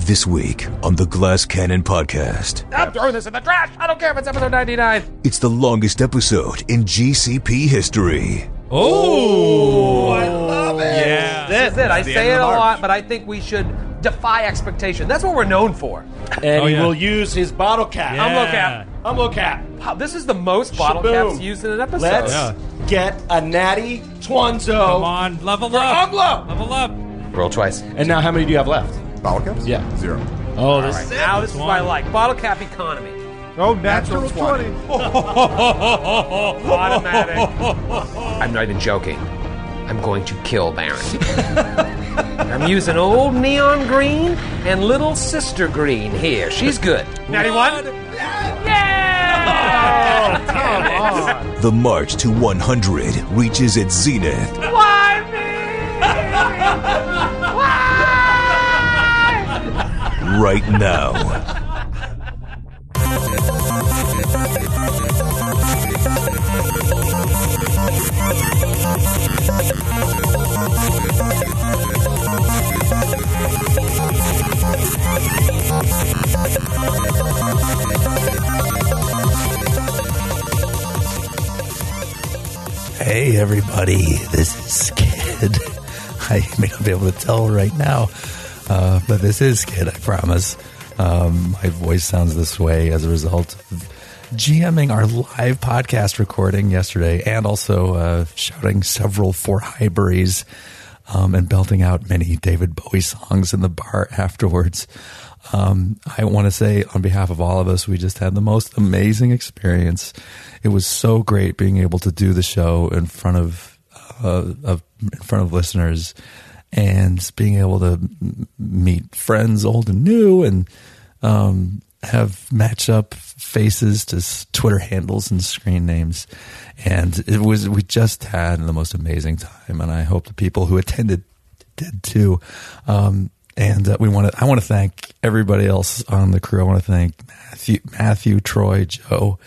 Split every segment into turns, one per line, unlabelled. This week on the Glass Cannon Podcast,
I'm throwing this in the trash. I don't care if it's episode 99.
it's the longest episode in GCP history.
Oh, I love it.
Yeah.
This is it. I
the
say
end
it
of
a
March.
lot, but I think we should defy expectation. That's what we're known for.
and
Oh,
he
yeah.
will use his bottle cap.
Yeah.
I'm low cap.
I'm low cap.
Wow, This is the most bottle
Shaboom.
caps used in an episode.
Let's
Yeah.
get a natty
Come
Twanzo.
on, level
I'm
up.
low.
Level up.
Roll twice.
And now, how many do you have left?
Bottle caps?
Yeah.
Zero.
Oh, this is
Now this is what I like. Bottle cap economy.
Natural, 20.
Automatic.
I'm not even joking. I'm going to kill Baron.
I'm using old neon green and little sister green here. She's good. 91? Yeah!
The march to 100 reaches its zenith
Why me?
right now.
Hey, everybody, this is Skid. I may not be able to tell right now, uh, but this is Skid, I promise. Um, my voice sounds this way as a result of GMing our live podcast recording yesterday and also uh, shouting several for Highbury's um, and belting out many David Bowie songs in the bar afterwards. Um, I want to say on behalf of all of us, we just had the most amazing experience. It was so great being able to do the show in front of, uh, of in front of listeners and being able to m- meet friends old and new and, um, have match up faces to s- Twitter handles and screen names. And it was, we just had the most amazing time. And I hope the people who attended did too. Um, and uh, we want to. I want to thank everybody else on the crew. I want to thank Matthew, Matthew, Troy, Joe,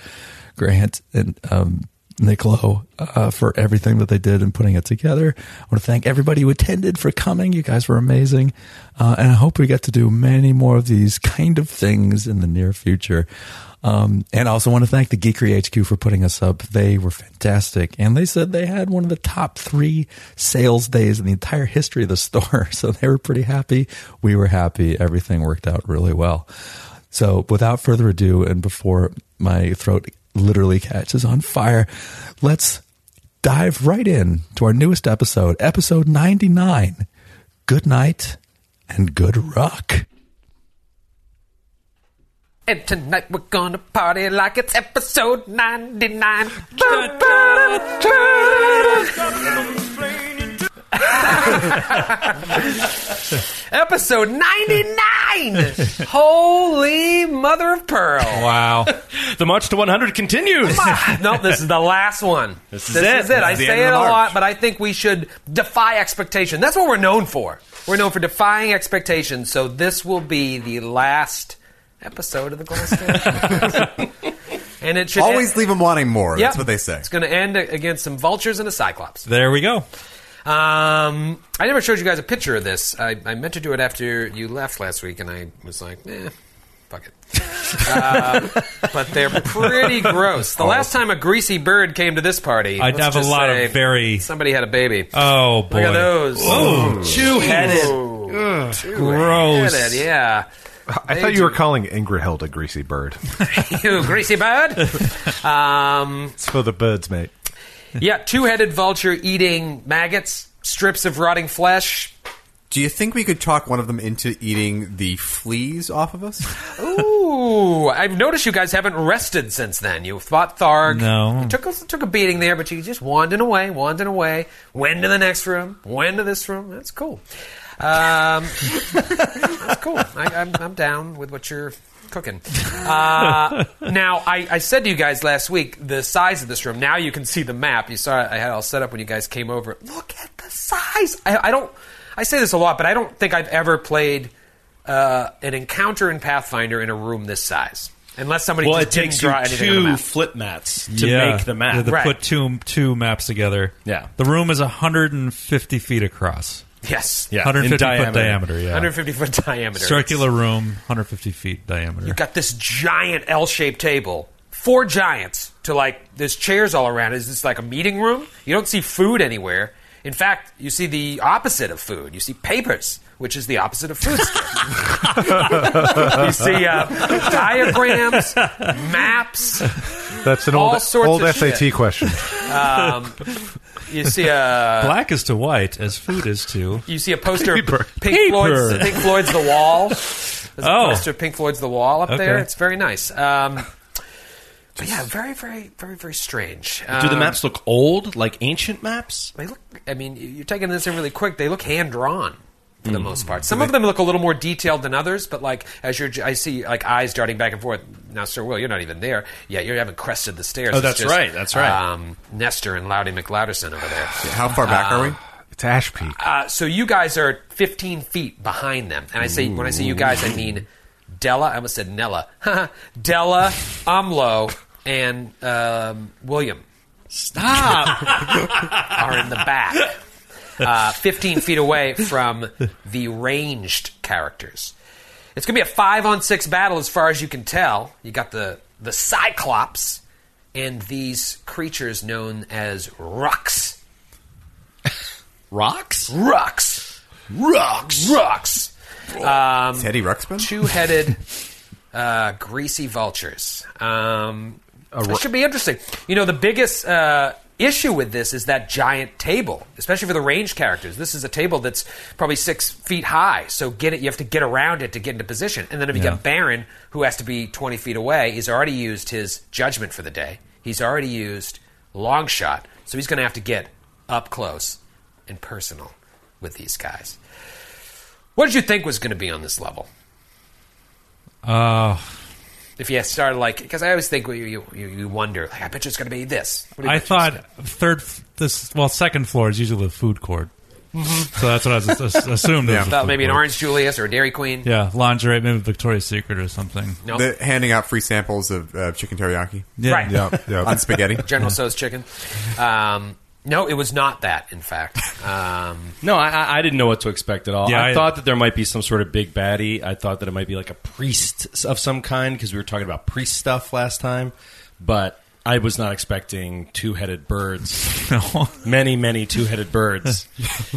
Grant, and um, Nick Lowe uh, for everything that they did in putting it together. I want to thank everybody who attended for coming. You guys were amazing, uh, and I hope we get to do many more of these kind of things in the near future. Um, and I also want to thank the Geekery HQ for putting us up. They were fantastic. And they said they had one of the top three sales days in the entire history of the store. So they were pretty happy. We were happy. Everything worked out really well. So without further ado, and before my throat literally catches on fire, let's dive right in to our newest episode, episode 99. Good night and good rock.
And tonight we're gonna party like it's episode 99. episode 99! Holy mother of pearl.
Wow.
the march to 100 continues.
no, this is the last one.
This is it. This
I
is the
say it
end
a
of March.
lot, but I think we should defy expectation. That's what we're known for. We're known for defying expectations. So this will be the last episode of the Glass Cannon. and it should
Always
end-
leave them wanting more.
Yep.
That's what they say.
It's going to end against some vultures and a cyclops.
there we go.
Um, I never showed you guys a picture of this. I, I meant to do it after you left last week, and I was like, eh, fuck it. uh, but they're pretty gross. The last time a greasy bird came to this party,
Oh. I'd
let's
have a
just
lot of
say
very-
Somebody had a baby.
Oh boy.
Look at those.
Oh, two-headed.
Ooh, two-headed,
Gross.
Yeah.
I thought you were calling Ingraheld a greasy bird.
You greasy bird. um,
It's for the birds, mate.
yeah, two-headed vulture eating maggots, strips of rotting flesh.
Do you think we could talk one of them into eating the fleas off of us?
Ooh, I've noticed you guys haven't rested since then. You fought Tharg.
No.
You took a, took a beating there, but you just wandering away, wandering away. Went to the next room, went to this room. That's cool. Um, that's cool. I, I'm, I'm down with what you're cooking. Uh, now, I, I said to you guys last week the size of this room. Now you can see the map. You saw I had it all set up when you guys came over. Look at the size. I, I don't. I say this a lot, but I don't think I've ever played uh, an encounter in Pathfinder in a room this size, unless somebody
Well,
just
it
didn't
takes you
draw anything on the
Two
map.
flip mats to
Yeah.
make the
Yeah,
map.
to
Right.
put two two maps together.
Yeah.
The room is 150 feet across.
Yes.
Yeah, in
150 foot diameter.
diameter.
Yeah.
150 foot diameter.
Circular room, 150 feet diameter.
You got this giant L shaped table. Four giants to like, there's chairs all around. Is this like a meeting room? You don't see food anywhere. In fact, you see the opposite of food. You see papers, which is the opposite of food. you see uh, diagrams, maps,
That's an
All
old
sorts
old
of
SAT
shit. Um,
question.
You see uh, a
Black is to white as food is to.
you see a poster
Paper.
of Pink
Paper.
Floyd's Pink Floyd's The Wall. There's a
Oh.
poster of Pink Floyd's The Wall up there.
Okay.
It's very nice. Um, but yeah, very, very, very, very strange.
Do the
Um,
maps look old, like ancient maps?
They look. I mean, you're taking this in really quick. They look hand drawn for the most part. Some of them look a little more detailed than others, but like as you're, I see like eyes darting back and forth. Now, Sir Will, you're not even there. Yeah, you haven't crested the stairs.
Oh,
It's
that's
just,
right, that's right.
Um, Nestor and Loudy McLouderson over there.
How far back are we?
It's Ash Peak.
Uh, so you guys are 15 feet behind them, and I say when I say you guys, I mean Della. I almost said Nella. Della, Umlo, and um, William
Stop.
are in the back, uh, 15 feet away from the ranged characters. It's going to be a five on six battle, as far as you can tell. You got the the Cyclops and these creatures known as Rucks.
Rocks?
Rucks. Rucks. Rucks.
Teddy Ruxpin?
Two headed. Uh, greasy vultures. Um, it should be interesting. You know, the biggest uh, issue with this is that giant table, especially for the range characters. This is a table that's probably six feet high, so get it. You have to get around it to get into position. And then if you
Yeah.
got Baron, who has to be twenty feet away, he's already used his judgment for the day. He's already used long shot, so he's going to have to get up close and personal with these guys. What did you think was going to be on this level?
Uh,
If you started like, because I always think you you, you you wonder, like, I bet you it's going to be this. What do you bet
I
you it's
thought third, f- this well, second floor is usually the food court. So that's what I was ass- assumed. yeah,
About maybe an Orange Julius or a Dairy Queen.
Yeah, lingerie, maybe Victoria's Secret or something.
No,
They're handing out free samples of uh, chicken teriyaki
Yeah.
right.
Yep, yep.
on spaghetti.
General So's chicken. Um, no, it was not that. In fact, um,
No, I- I, I didn't know what to expect at all.
Yeah,
I,
I-
thought that there might be some sort of big baddie. I thought that it might be like a priest of some kind because we were talking about priest stuff last time. But I was not expecting two headed birds.
No.
many, many two headed birds.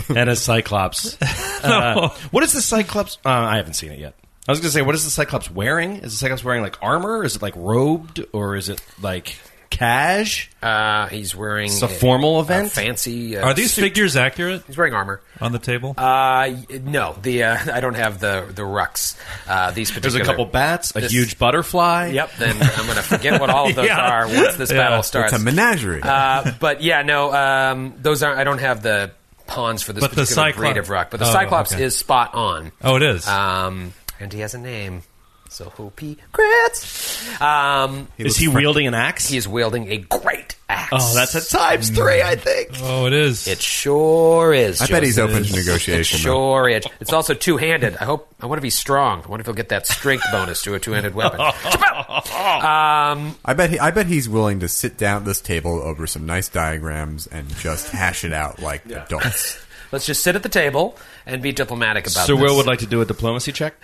and a cyclops. Uh, what is the cyclops? Uh, I haven't seen it yet. I was going to say, what is the cyclops wearing? Is the cyclops wearing like armor? Is it like robed or is it like cash?
uh, he's wearing
It's a formal event?
fancy. Uh,
Are these
suit.
figures accurate
He's wearing armor.
on the table?
Uh, y- no, the uh, I don't have the the rucks. Uh, these
There's
particular.
a couple bats, a
This-
huge butterfly.
Yep. Then I'm going to forget what all of those
Yeah.
are once this
Yeah.
battle
It's
starts.
It's a menagerie.
Uh, but yeah, no, um, those aren't. I don't have the pawns for this
But the
particular
Cyclops-
breed of rock. But the
Oh,
Cyclops
okay.
is spot on.
oh, it is.
Um, and he has a name. So Hopi Grits. Um,
Is he wielding an axe?
he is wielding a great axe. Mm.
Oh, that's a times three, I think.
oh, it is.
It sure is.
I bet he's open to
It
negotiation. though.
sure is. It's also two handed. I hope. I wonder if he's strong. I wonder if he'll get that strength bonus to a two handed weapon.
I bet he, I bet he's willing to sit down at this table over some nice diagrams and just hash it out like adults.
Let's just sit at the table and be diplomatic about
So
this.
Will would like to do a diplomacy check.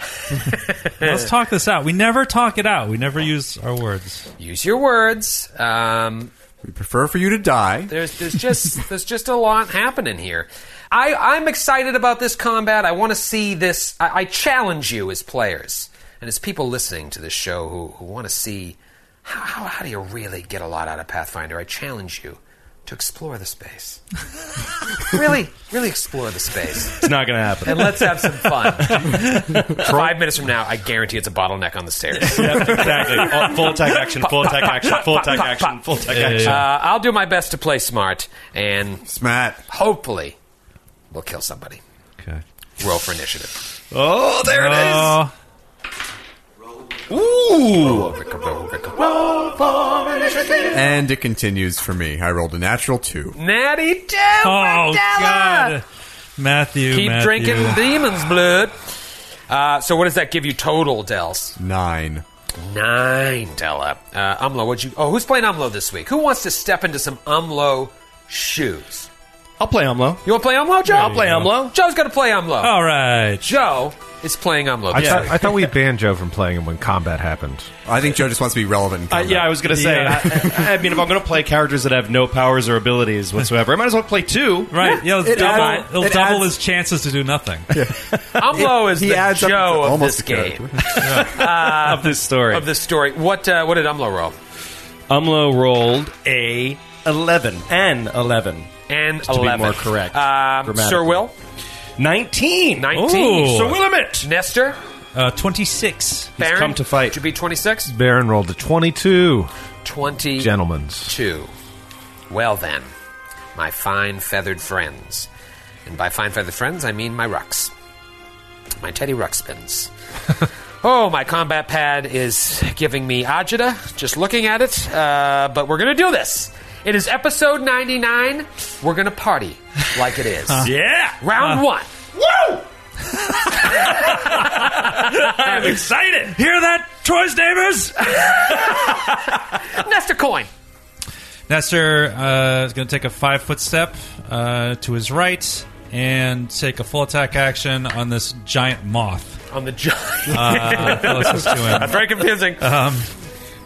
Let's talk this out. We never talk it out. We never use our words.
use your words. Um,
We prefer for you to die.
There's there's just there's just a lot happening here. I I'm excited about this combat. I want to see this. I, I challenge you as players and as people listening to this show who who want to see how, how how do you really get a lot out of Pathfinder. I challenge you to explore the space. really, really explore the space,
It's not going to happen.
and let's have some fun. Five minutes from now, I guarantee it's a bottleneck on the stairs.
exactly. Oh, full attack action. Full attack action. Full attack action. Full attack action.
Uh, I'll do my best to play smart, and
Smat.
hopefully, we'll kill somebody.
Okay.
Roll for initiative.
Oh, there it
Oh,
is. Ooh.
And it continues for me. I rolled a natural two.
Natty two.
oh God. Matthew.
Keep
Matthew.
drinking demon's blood. Uh, so what does that give you total, Dels?
Nine.
Nine, Della. Uh, Umlo, what'd you? Oh, who's playing Umlo this week? Who wants to step into some Umlo shoes?
I'll play Umlo.
You want to play Umlo, Joe?
I'll play Umlo.
Joe's going to play Umlo.
All right.
Joe is playing Umlo.
I,
this
thought,
week.
I thought we banned Joe from playing him when combat happened.
I think Joe just wants to be relevant. in
Uh,
combat.
yeah, I was gonna say.
Yeah.
I, I mean, if I'm gonna play characters that have no powers or abilities whatsoever, I might as well play two.
Right. Yeah, it'll
It
double,
adds-
it'll
it
double
adds-
his chances to do nothing.
Umlo is
He
the
adds up to
Joe of
almost
this
a character.
game,
of this story.
of this story. What uh, what did Umlo roll?
Umlo rolled a eleven and eleven.
And
To be
11.
more correct,
Um, Sir
grammatically.
Will,
Nineteen.
19.
Ooh.
Sir Willamette.
Nestor,
Uh, 26.
Baron.
come to fight.
Should be 26.
Baron rolled a 22.
20.
Gentlemen's.
two. Well then, my fine feathered friends, and by fine feathered friends I mean my rucks, my teddy ruckspins. oh, my combat pad is giving me agita just looking at it. Uh, but we're gonna do this. It is episode ninety nine. We're gonna party like it is.
Yeah.
Round one.
Woo! I am excited.
Hear that, Troy's neighbors?
Nest a coin.
Nestor uh, is going to take a five foot step uh, to his right and take a full attack action on this giant moth
On the giant.
uh, closest to him.
Very confusing.
Um,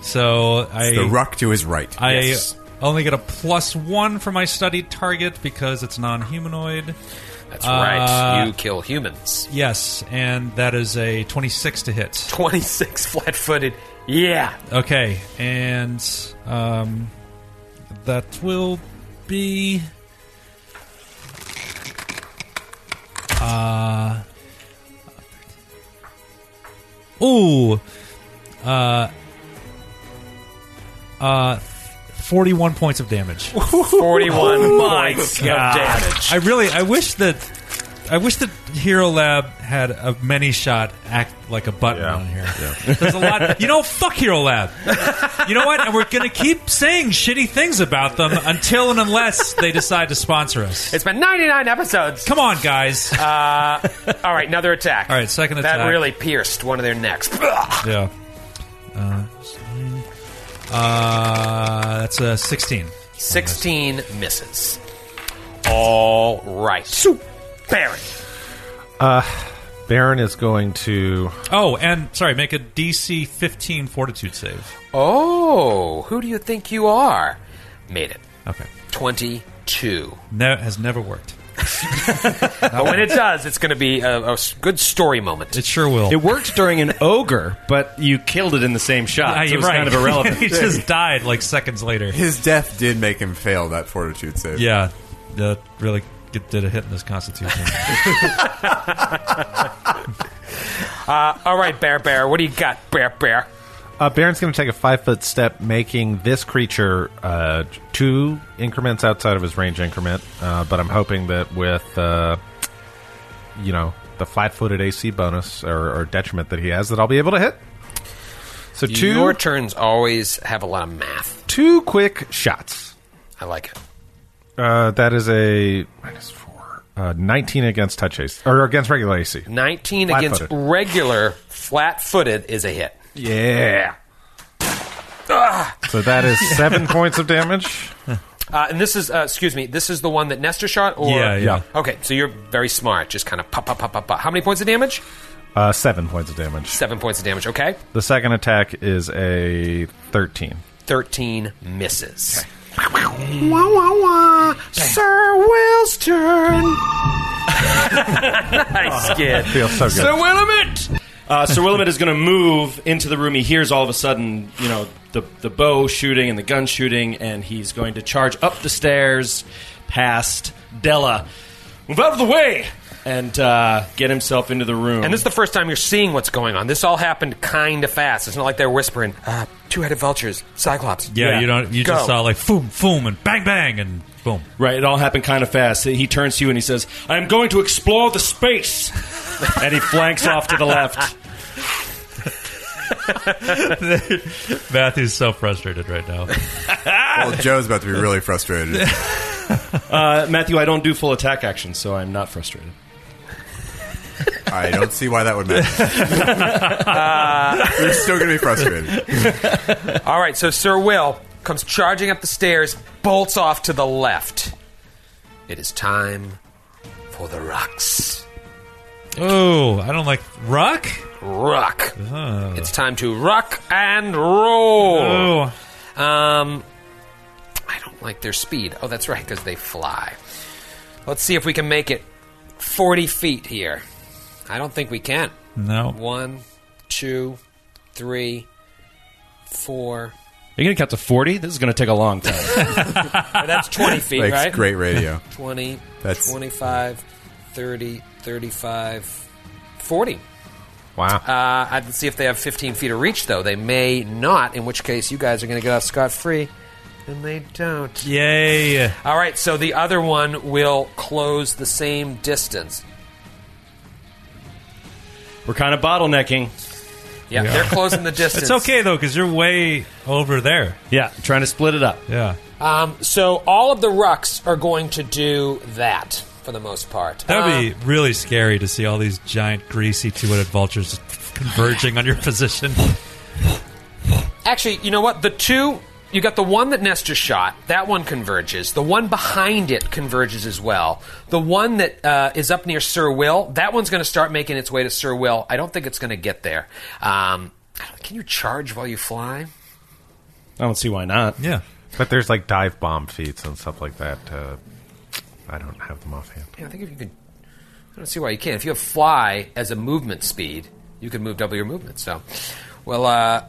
So I,
The ruck to his right.
I
Yes.
only get a plus one for my studied target because it's non humanoid.
That's right.
uh,
You kill humans.
Yes, and that is a 26 to hit.
26 flat footed. Yeah.
Okay, and um, that will be. Uh, ooh! Uh, uh, 41 points of damage.
41 points of damage.
I really, I wish that. I wish that Hero Lab had a many shot act like a button
Yeah.
on here. There's a lot. You know, fuck Hero Lab. You know what? And we're going to keep saying shitty things about them until and unless they decide to sponsor us.
It's been 99 episodes.
Come on, guys.
Uh,
All right, another attack.
All right, second
That
attack.
really pierced one of their necks.
yeah. Uh, uh, that's a 16.
16 misses. All right. Baron.
Baron is going to.
Oh, and sorry, make a DC 15 fortitude save.
Oh, who do you think you are? Made it.
Okay.
22.
Ne- has never worked.
But when it does, it's going to be a, a s- good story moment.
It sure will.
It worked during an ogre, but you killed it in the same shot.
Ah,
so it
you're
was kind of irrelevant.
he just died like seconds later.
His death did make him fail that fortitude save.
Yeah, that really get- did a hit in this constitution.
All right, Bear Bear, what do you got, Bear Bear?
Uh, Baron's going to take a five foot step, making this creature uh, two increments outside of his range increment. Uh, but I'm hoping that with, uh, you know, the flat footed AC bonus or, or detriment that he has, that I'll be able to hit. So two,
Your turns always have a lot of math.
two quick shots.
I like it.
Uh, that is a minus four, uh, 19 against touch AC or against regular AC.
19 against
Flat-footed.
regular flat footed is a hit.
Yeah. Ah. So that is seven points of damage.
Uh, and this is, uh, excuse me, this is the one that Nestor shot? Or?
Yeah, yeah.
Okay, so you're very smart. Just kind of pop, pop, pop, pop, pop. How many points of damage?
Uh, seven points of damage.
Seven points of damage, okay?
The second attack is a 13.
13 misses. Wah, wah, wah. Sir Will's turn. nice kid.
Ah, Feels so good.
Sir Willamette! Uh, Sir Willamette is going to move into the room. He hears all of a sudden, you know, the, the bow shooting and the gun shooting, and he's going to charge up the stairs past Della. Move out of the way! And uh, get himself into the room.
And this is the first time you're seeing what's going on. This all happened kind of fast. It's not like they're whispering, uh, two headed vultures, cyclops.
yeah,
Yeah.
you don't. You
Go.
just saw like boom, boom, and bang, bang, and boom.
Right, it all happened kind of fast. He turns to you and he says, I am going to explore the space! and he flanks off to the left.
Matthew's so frustrated right now.
Well, Joe's about to be really frustrated.
Uh, Matthew, I don't do full attack actions, so I'm not frustrated.
I don't see why that would matter. You're still going to be frustrated.
All right, so Sir Will comes charging up the stairs, bolts off to the left. It is time for the rocks.
Oh, I don't like rock.
Rock.
Uh-huh.
It's time to rock and
Oh.
roll. Um, I don't like their speed. Oh, that's right, because they fly. Let's see if we can make it 40 feet here. I don't think we can.
No.
One, two, three, four.
Are you going to count to 40? This is going to take a long time.
Well, that's 20 feet,
That's
right?
great radio.
20,
That's-
25, 30, 35, 40.
Wow.
Uh, I'd see if they have 15 feet of reach, though. They may not, in which case you guys are going to get off scot free. And they don't.
Yay.
All right, so the other one will close the same distance.
We're kind of bottlenecking.
Yeah, they're closing the distance.
It's okay though because you're way over there.
Yeah, trying to split it up.
Yeah.
Um, so all of the rucks are going to do that for the most part. Uh,
That would be really scary to see all these giant, greasy, two-headed vultures converging on your position.
Actually, you know what? The two. You got the one that Nestor shot. That one converges. The one behind it converges as well. The one that uh, is up near Sir Will, that one's going to start making its way to Sir Will. I don't think it's going to get there. Um, I don't- can you charge while you fly?
I don't see why not.
Yeah.
But there's like dive bomb feats and stuff like that. Uh, I don't have them offhand.
Yeah, I think if you could. I don't see why you can't. If you have fly as a movement speed, you can move double your movement. So, well, uh,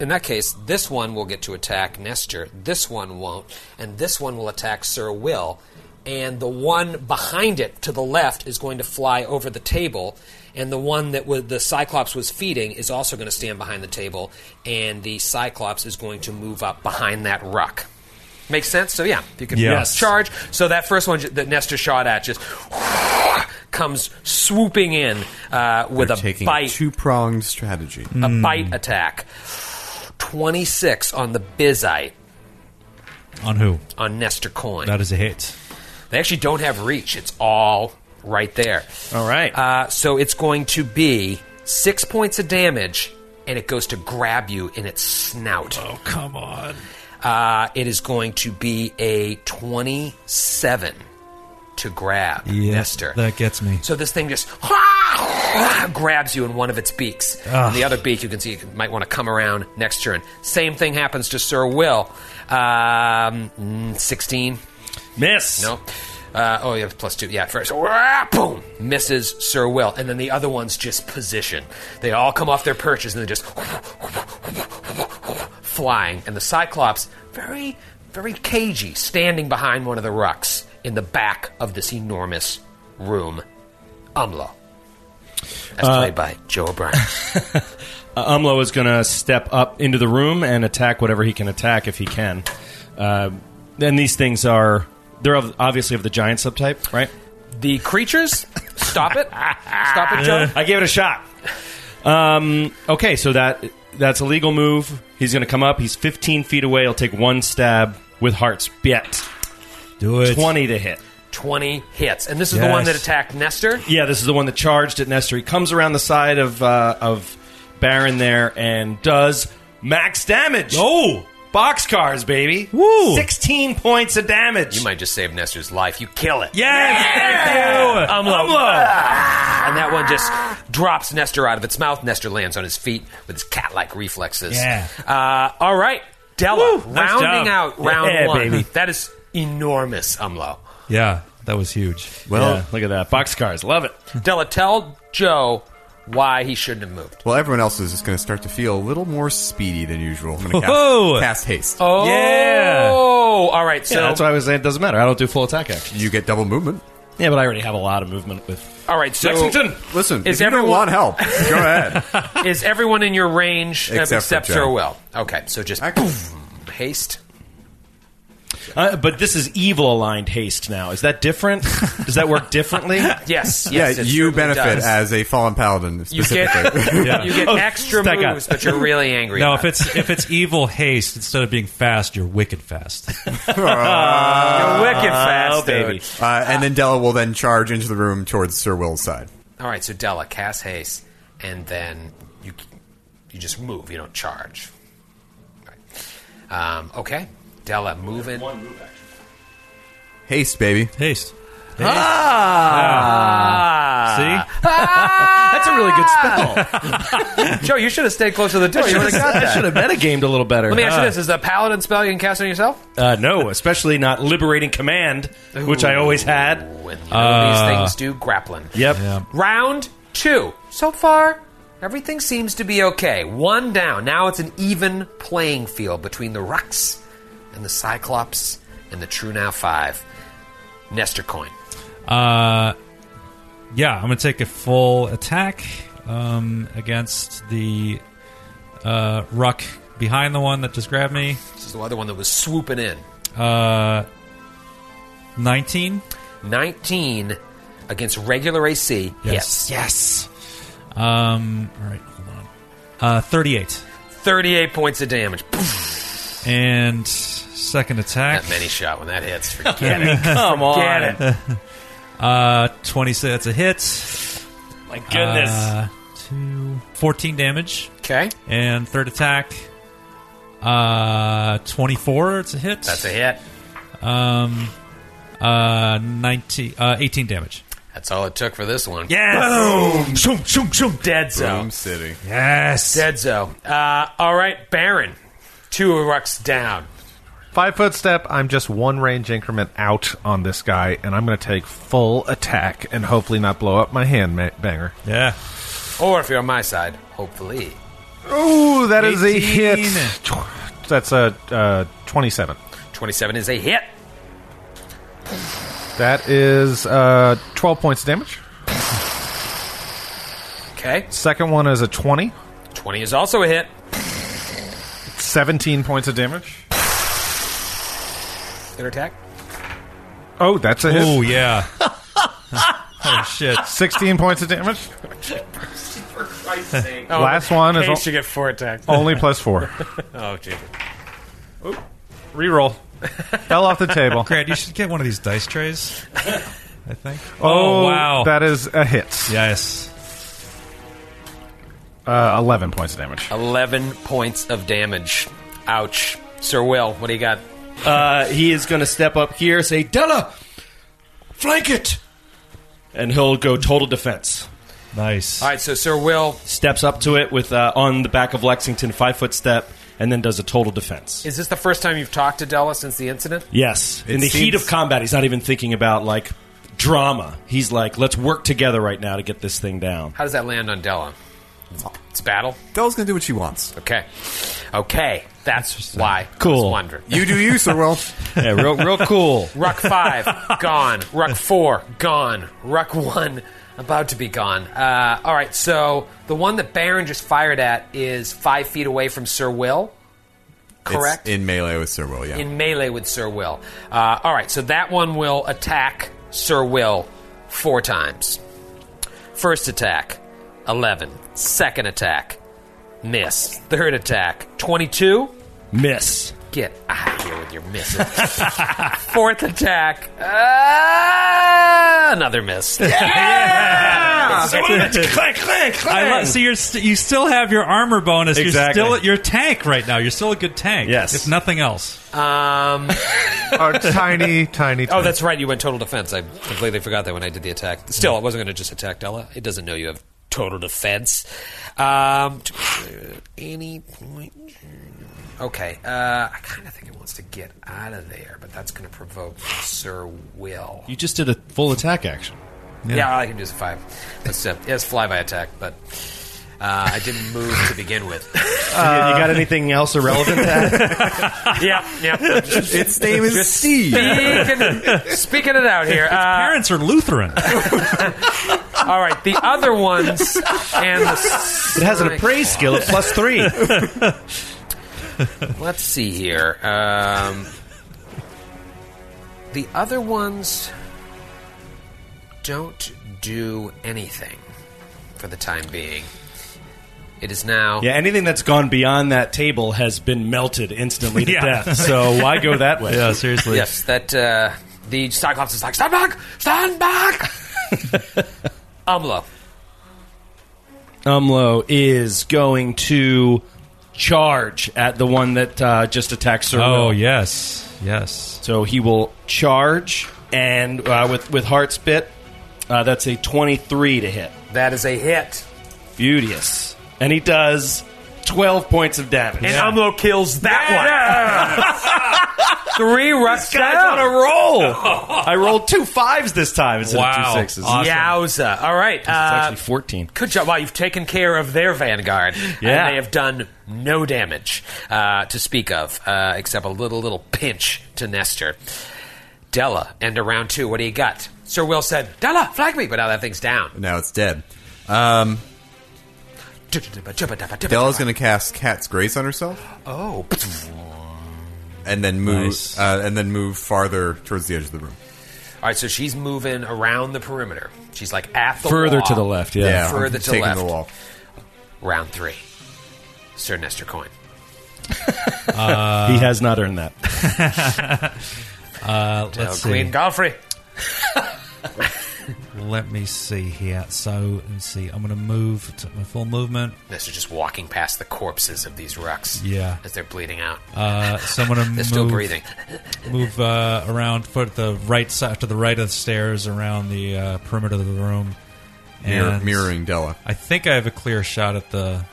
in that case, this one will get to attack Nestor, this one won't, and this one will attack Sir Will, and the one behind it to the left is going to fly over the table, and the one that was, the Cyclops was feeding is also going to stand behind the table, and the Cyclops is going to move up behind that ruck. Makes sense. So yeah, if you can
Yes.
charge. So that first one j- that Nestor shot at just comes swooping in uh, with
They're
a
taking
bite
two pronged strategy.
a bite attack. 26 on the Bizite
On who?
on Nestor Coin.
That is a hit.
they actually don't have reach. It's all right there.
All right.
Uh, so it's going to be six points of damage, and it goes to grab you in its snout.
Oh come on.
Uh, it is going to be a 27 to grab
Yeah,
Nestor.
That gets me.
So this thing just grabs you in one of its beaks. And the other beak, you can see, you might want to come around next turn. Same thing happens to Sir Will. Um, mm, 16.
Miss.
No. Uh, oh, yeah, plus two. Yeah, first. Wah, Boom! Misses Sir Will. And then the other one's just position. They all come off their perches and they're just flying. And the Cyclops, very, very cagey, standing behind one of the rucks in the back of this enormous room. Umlo. As played by Joe O'Brien.
Uh, Umlo is going to step up into the room and attack whatever he can attack if he can. Uh, and these things are. They're of, obviously of the giant subtype, right?
the creatures, stop it. Stop it, Joe.
I gave it a shot. Um, okay, so that that's a legal move. He's going to come up. He's 15 feet away. He'll take one stab with Heart's Bet.
Do it.
20 to hit.
20 hits. And this is the one
Yes.
that attacked Nestor.
Yeah, this is the one that charged at Nestor. He comes around the side of uh, of Baron there and does max damage.
Oh.
boxcars, baby!
Woo.
16 points of damage.
You might just save Nestor's life. You kill it.
Yes. Thank you.
I'm low.
Umlo. Ah!
And that one just drops Nestor out of its mouth. Nestor lands on his feet with his cat like reflexes.
Yeah.
Uh, all right. Della,
Woo, nice
rounding
job.
out round
Yeah,
one.
baby.
That is enormous, Umlo.
Yeah. That was huge.
Well,
Yeah, uh, look at that boxcars. Love it.
Della, tell Joe why he shouldn't have moved.
well, everyone else is just going to start to feel a little more speedy than usual. I'm going to
Whoa.
cast, cast haste.
Oh.
Yeah.
All right. So,
Yeah, that's why I was saying it doesn't matter. I don't do full attack action.
You get double movement.
Yeah, but I already have a lot of movement with.
all right. So,
Lexington.
Listen,
Is
if you
everyone-
don't want help, go ahead.
is everyone in your range uh,
Except for
except, Sir
Joe.
Will? Okay. So just
Actually-
boom, haste.
Uh, but this is evil aligned haste now. Is that different? Does that work differently?
Yes.
yeah,
yes it
you
certainly
benefit
does.
as a fallen paladin
You get,
specifically.
you get
Oh,
extra
stack up.
moves, but you're really angry.
Now,
about
if it's if it's evil haste instead of being fast, you're wicked fast.
it. You're wicked fast,
oh, baby.
dude.
uh, and then Della will then charge into the room towards Sir Will's side.
All right, so Della, cast haste, and then you you just move. You don't charge. Right. Um, okay, Della, moving.
Haste, baby.
Haste.
Ah.
See?
That's
a really
good spell. Joe, you should have stayed close to the door. You would have got that.
I should have metagamed a little better.
Let me ask you
Ah.
this: Is the paladin spell you can cast on yourself?
Uh, no, especially not liberating command, which I always had.
these
Uh,
things do grappling.
Yep.
Round two. So far, everything seems to be okay. One down. Now it's an even playing field between the Rux and the Cyclops and the True Now Five. Nestor coin.
Uh, yeah, I'm going to take a full attack um, against the uh, ruck behind the one that just grabbed me.
This is the other one that was swooping in.
Uh, 19.
19 against regular AC.
Yes.
Yes.
Um, all right, hold on. Uh, 38.
38 points of damage.
And second attack.
That many shot when that hits.
Get
Forget
it.
it. Forget it.
Uh, 20, so that's a hit.
My goodness.
Uh, two, 14 damage.
Okay.
And third attack, uh, 24, it's a hit.
That's a hit.
Um, uh, 19, uh, 18 damage.
That's all it took for this one.
Yes!
Boom. Shoom, shoom, shoom. Dead zone.
Boom City.
Yes.
Dead zone. Uh, all right, Baron. Two Uruks down.
Five foot step. I'm just one range increment out on this guy, and I'm going to take full attack and hopefully not blow up my hand ma- banger.
Yeah.
Or if you're on my side, hopefully.
Ooh, that is a
18.
hit. That's a uh, 27.
27 is a hit.
That is uh, 12 points of damage.
Okay.
Second one is a 20.
20 is also a hit.
17 points of damage.
Third attack.
Oh, that's a hit.
Oh, yeah. oh, shit.
16 points of damage.
Oh,
Last one is
Case
al-
you get four attacks.
only plus four.
Oh, Jesus.
Reroll. Fell off the table.
Grant, you should get one of these dice trays, I think.
Oh,
wow.
That is a hit.
yes.
Uh, 11 points of damage.
11 points of damage. Ouch. Sir Will, what do you got?
Uh, he is going to step up here, say, Della, flank it. And he'll go total defense.
Nice.
All right, so Sir Will,
Steps up to it with uh, on the back of Lexington, five foot step, and then does a total defense.
is this the first time you've talked to Della since the incident?
Yes. In the heat
seems-
of combat, he's not even thinking about, like, drama. He's like, let's work together right now to get this thing down.
How does that land on Della? It's battle?
Dell's gonna do what she wants.
Okay. Okay. That's why.
Cool.
Wonder.
You do you, Sir Will.
Yeah, real, real cool.
Ruck 5, gone. Ruck 4, gone. Ruck 1, about to be gone. Uh, all right, so the one that Baron just fired at is five feet away from Sir Will, correct?
It's in melee with Sir Will, yeah.
in melee with Sir Will. Uh, all right, so that one will attack Sir Will four times. First attack, 11. Second attack, miss. Third attack, 22.
Miss.
Get out of here with your misses. Fourth attack, ah, another miss.
clank, clank,
I love, so you're st- you still have your armor bonus.
Exactly.
You're still you're a tank right now. You're still a good tank.
Yes.
If nothing else.
Um,
A tiny, tiny, tiny.
oh, that's right. You went total defense. I completely forgot that when I did the attack. Still, I wasn't going to just attack Della. It doesn't know you have total defense. Um, t- uh, any point. Okay. Uh, I kind of think it wants to get out of there, but that's going to provoke Sir Will.
You just did a full attack action.
Yeah, all I can do is a five. That's uh, yeah, it's flyby attack, but uh, I didn't move to begin with.
you
Uh,
got anything else irrelevant to add?
yeah, yeah.
Its name is Steve.
Speaking, speaking it out here. Uh,
Parents are Lutheran.
all right, the other ones and the.
It has an appraise skill at plus three.
Let's see here. Um, the other ones don't do anything for the time being. It is now.
Yeah, anything that's gone beyond that table has been melted instantly to
Yeah.
death. So why go that way?
yeah, seriously.
Yes, that uh, the Cyclops is like, stand back, stand back. Umlo.
Umlo is going to charge at the one that uh, just attacked Sir
Oh
Will.
yes. Yes.
So he will charge and uh, with with heart spit. Uh, that's a twenty three to hit.
That is a hit.
Beauteous, and he does twelve points of damage.
And Umlo kills that one. Three rucks
This guy's on
down.
a roll. I rolled two fives this time instead of
Wow.
two sixes.
Awesome. Yowza. All right. It's
actually 14.
Good job. Wow, you've taken care of their vanguard.
Yeah.
And they have done no damage uh, to speak of, uh, except a little, little pinch to Nestor. Della, end of round two. What do you got? Sir Will said, Della, flag me. But now that thing's down.
Now it's dead. Um, Della's
Della's
going to cast Cat's Grace on herself,
Oh.
and then move,
Nice.
uh, and then move farther towards the edge of the room.
All right, so she's moving around the perimeter. She's like at the
Further
wall.
to the left, yeah.
Yeah,
further
I'm
to the
taking
left.
the wall.
Round three. Sir Nestor Coin.
he has not earned that.
Uh,
Tell
let's see.
Queen Godfrey.
Let me see here. So let's see. I'm going to move to my full movement.
Nestor just walking past the corpses of these rucks.
Yeah.
As they're bleeding out.
Uh, so I'm going to
They're
move.
still breathing.
Move uh, around foot the right side to the right of the stairs around the uh, perimeter of the room.
Mirror,
And
mirroring Della.
I think I have a clear shot at the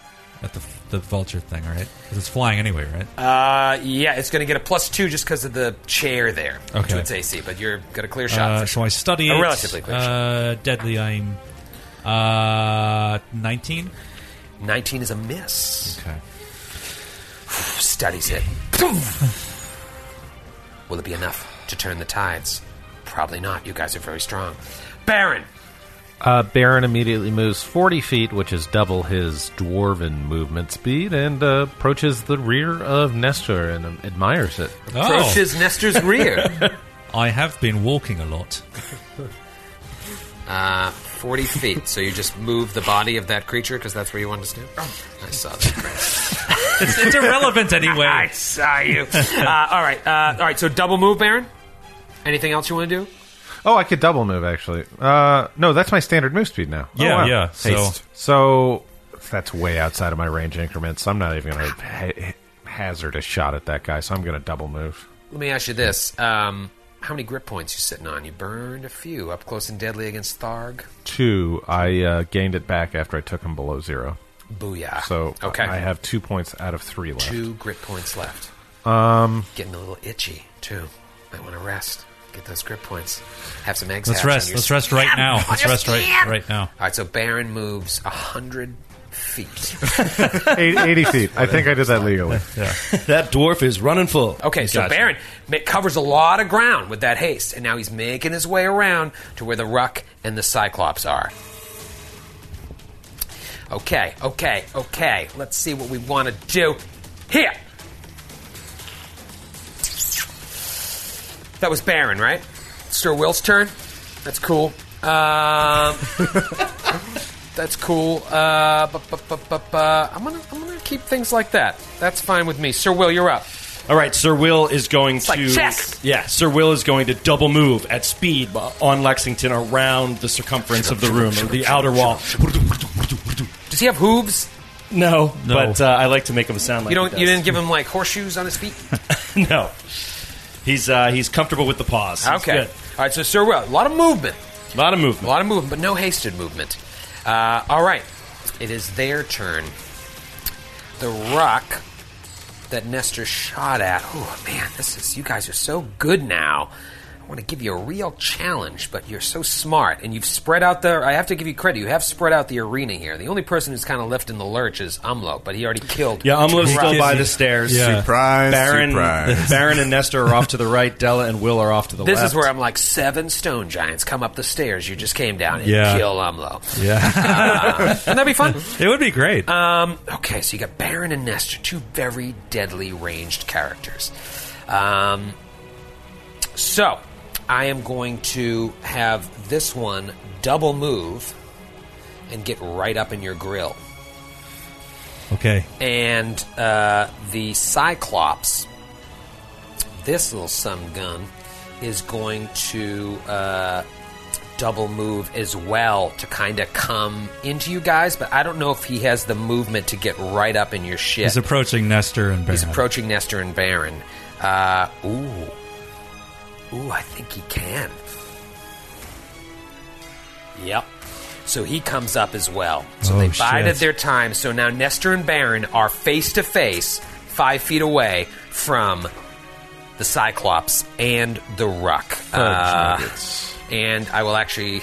at the the vulture thing, right? 'Cause it's flying anyway, right?
Uh, yeah, it's going to get a plus two just because of the chair there
Okay.
to its AC, but you're got a clear shot.
Uh,
for
so I study
A
it.
relatively clear shot.
uh, deadly aim. Uh, nineteen.
19 is a miss.
Okay.
Studies it. Will it be enough to turn the tides? Probably not. You guys are very strong. Baron!
Uh, Baron immediately moves 40 feet, which is double his dwarven movement speed, and uh, approaches the rear of Nestor and um, admires it.
Oh,
Approaches Nestor's rear.
I have been walking a lot.
Uh, 40 feet. So you just move the body of that creature because that's where you want to stand? I saw that.
Oh. It's, it's irrelevant anyway.
I saw you. Uh, all right. Uh, all right. So double move, Baron. Anything else you want to do?
Oh, I could double move, actually. Uh, no, that's my standard move speed now. Oh,
Yeah,
wow.
yeah. So
Haste.
So that's way outside of my range increments. I'm not even going to ha- hazard a shot at that guy, so I'm going to double move.
Let me ask you this. Um, how many grip points you sitting on? You burned a few up close and deadly against Tharg.
Two, I uh, gained it back after I took him below zero.
Booyah.
So
okay.
I have two points out of three left.
two grip points left. Um, Getting a little itchy too. Might want to rest. Get those grip points. Have some eggs.
let's
hatch on
rest.
your
Let's rest right now.
on
Let's
your
rest right
skin.
right now.
All right. So Baron moves a hundred feet.
Eight, 80 feet. I think I did that legally.
that dwarf is running full.
Okay, so
Gotcha.
Baron ma- covers a lot of ground with that haste, and now he's making his way around to where the Ruck and the Cyclops are. Okay, okay, okay. Let's see what we want to do here. That was Baron, right? Sir Will's turn. That's cool. Um, that's cool. Uh, bu- bu- bu- bu- bu- I'm gonna, I'm gonna keep things like that. That's fine with me. Sir Will, you're up.
All right, Sir Will is going to
like check.
Yeah, Sir Will is going to double move at speed on Lexington around the circumference of the room, or the outer wall.
Does he have hooves?
No, but uh, I like to make him sound like
You don't.
he
You
does.
didn't give him like horseshoes on his feet.
no. He's uh, he's comfortable with the pause.
Okay. All right. So Sir Will, a lot of movement,
a lot of
a
movement.
lot of movement, but no hasted movement. Uh, all right. It is their turn. The rock that Nestor shot at. Oh man, this is. You guys are so good now. I want to give you a real challenge, but you're so smart, and you've spread out the. I have to give you credit. You have spread out the arena here. The only person who's kind of left in the lurch is Umlo, but he already killed.
Yeah, Umlo's
two
still
rocks.
by the stairs.
Yeah.
Surprise,
Baron,
surprise.
Baron and Nestor are off to the right. Della and Will are off to the
This
left.
is where I'm like seven stone giants come up the stairs you just came down and
Yeah.
kill Umlo.
Yeah,
Wouldn't that be fun?
it would be great.
Um, okay, so you got Baron and Nestor, two very deadly ranged characters. Um, so I am going to have this one double move and get right up in your grill.
okay.
And uh, the Cyclops, this little sun gun, is going to uh, double move as well to kind of come into you guys, but I don't know if he has the movement to get right up in your shit.
He's approaching Nestor and
He's
Baron.
approaching Nestor and Baron. Uh, ooh. Ooh, I think he can. Yep. So he comes up as well. So
Oh,
they bided
shit.
their time. So now Nestor and Baron are face to face, five feet away from the Cyclops and the Ruck.
Oh,
Ah.
Uh, and I will actually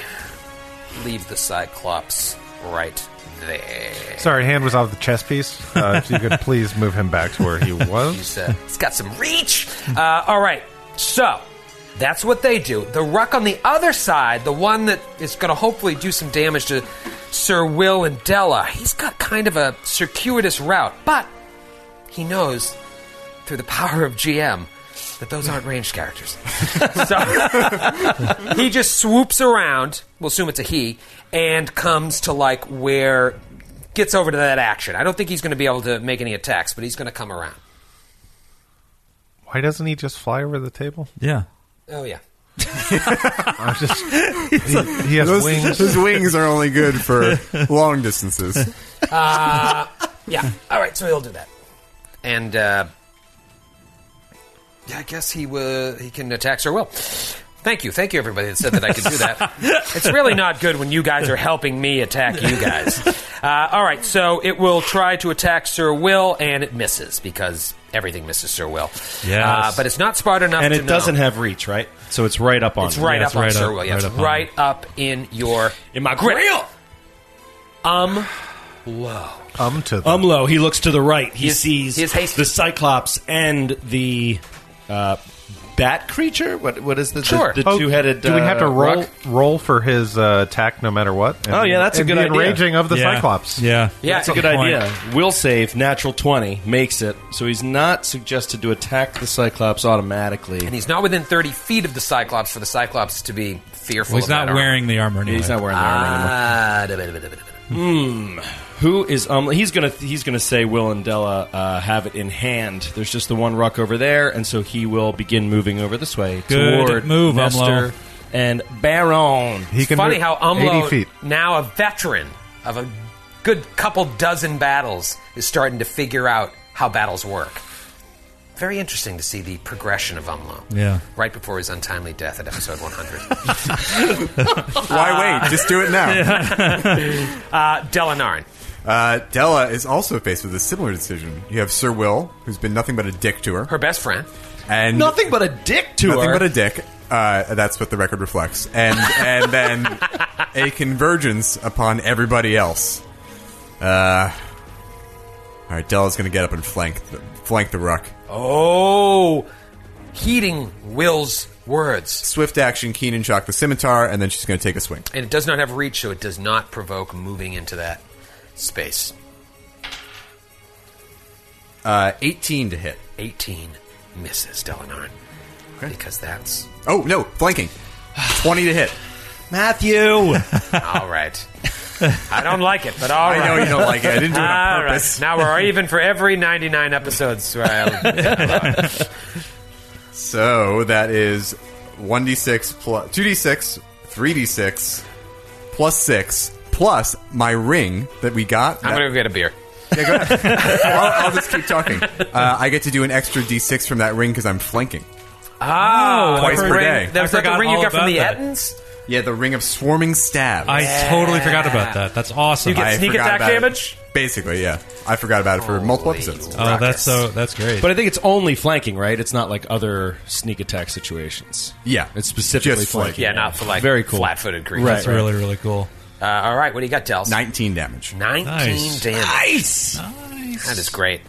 leave the Cyclops right there.
Sorry, hand was off the chess piece. Uh, if you could please move him back to where he was.
uh, it's got some reach. Uh, all right, so that's what they do. The ruck on the other side, the one that is going to hopefully do some damage to Sir Will and Della, he's got kind of a circuitous route, but he knows through the power of GM that those aren't ranged characters. so he just swoops around, we'll assume it's a he, and comes to like where gets over to that action. I don't think he's going to be able to make any attacks, but he's going to come around.
Why doesn't he just fly over the table?
Yeah.
Oh yeah.
I'm just. he, he has
Those-
wings.
His wings are only good for long distances.
Uh, yeah. All right. So he'll do that. And uh, yeah, I guess he will. He can attack Sir Will. Thank you, thank you, everybody that said that I could do that. it's really not good when you guys are helping me attack you guys. Uh, all right, so it will try to attack Sir Will, and it misses because everything misses Sir Will.
Yes.
uh, but it's not smart enough.
and
to
it doesn't
know.
have reach, right? So it's right up on.
It's
him.
right up on
right
Sir Will. Yeah, it's right up in your in my grill. Um, whoa.
Um, to the,
Umlo, he looks to the right. He
His-
sees
his haste-
the Cyclops and the uh, bat creature. What what is the
Sure.
the, the
Oh,
two-headed?
Do we have to
uh,
roll
rock?
roll for his uh, attack no matter what? And-
Oh, yeah, that's a
and
good
the
idea.
Enraging of the
yeah.
Cyclops.
Yeah.
Yeah,
That's a good
point.
idea. Will save natural twenty makes it, so he's not suggested to attack the Cyclops automatically.
And he's not within 30 feet of the Cyclops for the Cyclops to be fearful.
Well, he's
of
not
that
wearing the armor anyway.
He's not wearing the armor anymore.
Armor. Ah, da- da- da- da- da- da- da.
Who is um? He's gonna he's gonna say Will and Della uh, have it in hand. There's just the one ruck over there, and so he will begin moving over this way
Good
toward
move,
Nestor
Umlo.
and Baron.
He
It's
can
funny
move
how
80
Umlo,
feet.
now a veteran of a good couple dozen battles, is starting to figure out how battles work. Very interesting to see the progression of Umlo.
Yeah.
Right before his untimely death at episode Uh, 100. Ah.
Why wait? Just do it now.
uh, Delanarn.
Uh, Della is also faced with a similar decision. You have Sir Will, who's been nothing but a dick to her,
Her best friend.
and
Nothing but a dick to
nothing
her.
but a dick. Uh, that's what the record reflects, and and then a convergence upon everybody else. Uh, all right, Della's going to get up and flank the, flank the ruck.
Oh, heeding Will's words.
Swift action, Keenan shock the scimitar, and then she's going to take a swing.
And it does not have reach, so it does not provoke moving into that space.
Uh, Eighteen to hit.
18 misses Delanarn. Because that's.
Oh no, flanking. Twenty to hit.
Matthew.
All right. I don't like it, but all right.
I know you don't like it. I didn't do it on
All right.
purpose.
Now we're even for every 99 episodes. where I'll-
So that is 1d6 plus 2d6, 3d6 plus 6 plus my ring that we got.
I'm
That-
going to go get a beer.
I'll, I'll just keep talking. Uh, I get to do an extra d6 from that ring because I'm flanking.
Ah,
Twice
the
per
ring-
day.
That was
I
like the
forgot
ring you
all
got from
about
the
that.
Ettons?
Yeah, the ring of swarming stab.
I totally forgot about that. That's awesome.
You get sneak
forgot
attack
about it.
damage?
Basically, yeah. I forgot about it for multiple
Holy
episodes.
oh, that's so. That's great.
But I think it's only flanking, right? It's not like other sneak attack situations.
Yeah.
It's specifically
Just
flanking.
flanking.
Yeah, not for like
Very cool.
flat footed creatures.
Right,
that's really really cool.
Uh, all right, what do you got, Dels?
19 damage.
19
Nice.
damage. That is great.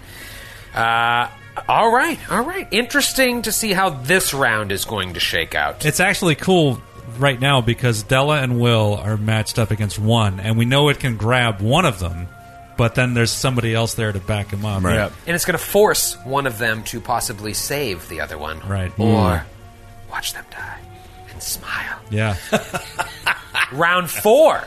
Uh, all right, all right. Interesting to see how this round is going to shake out.
It's actually cool right now because Della and Will are matched up against one, and we know it can grab one of them, but then there's somebody else there to back him up.
Right.
and it's going to force one of them to possibly save the other one.
Right. Mm.
Or watch them die and smile.
Yeah.
Round four.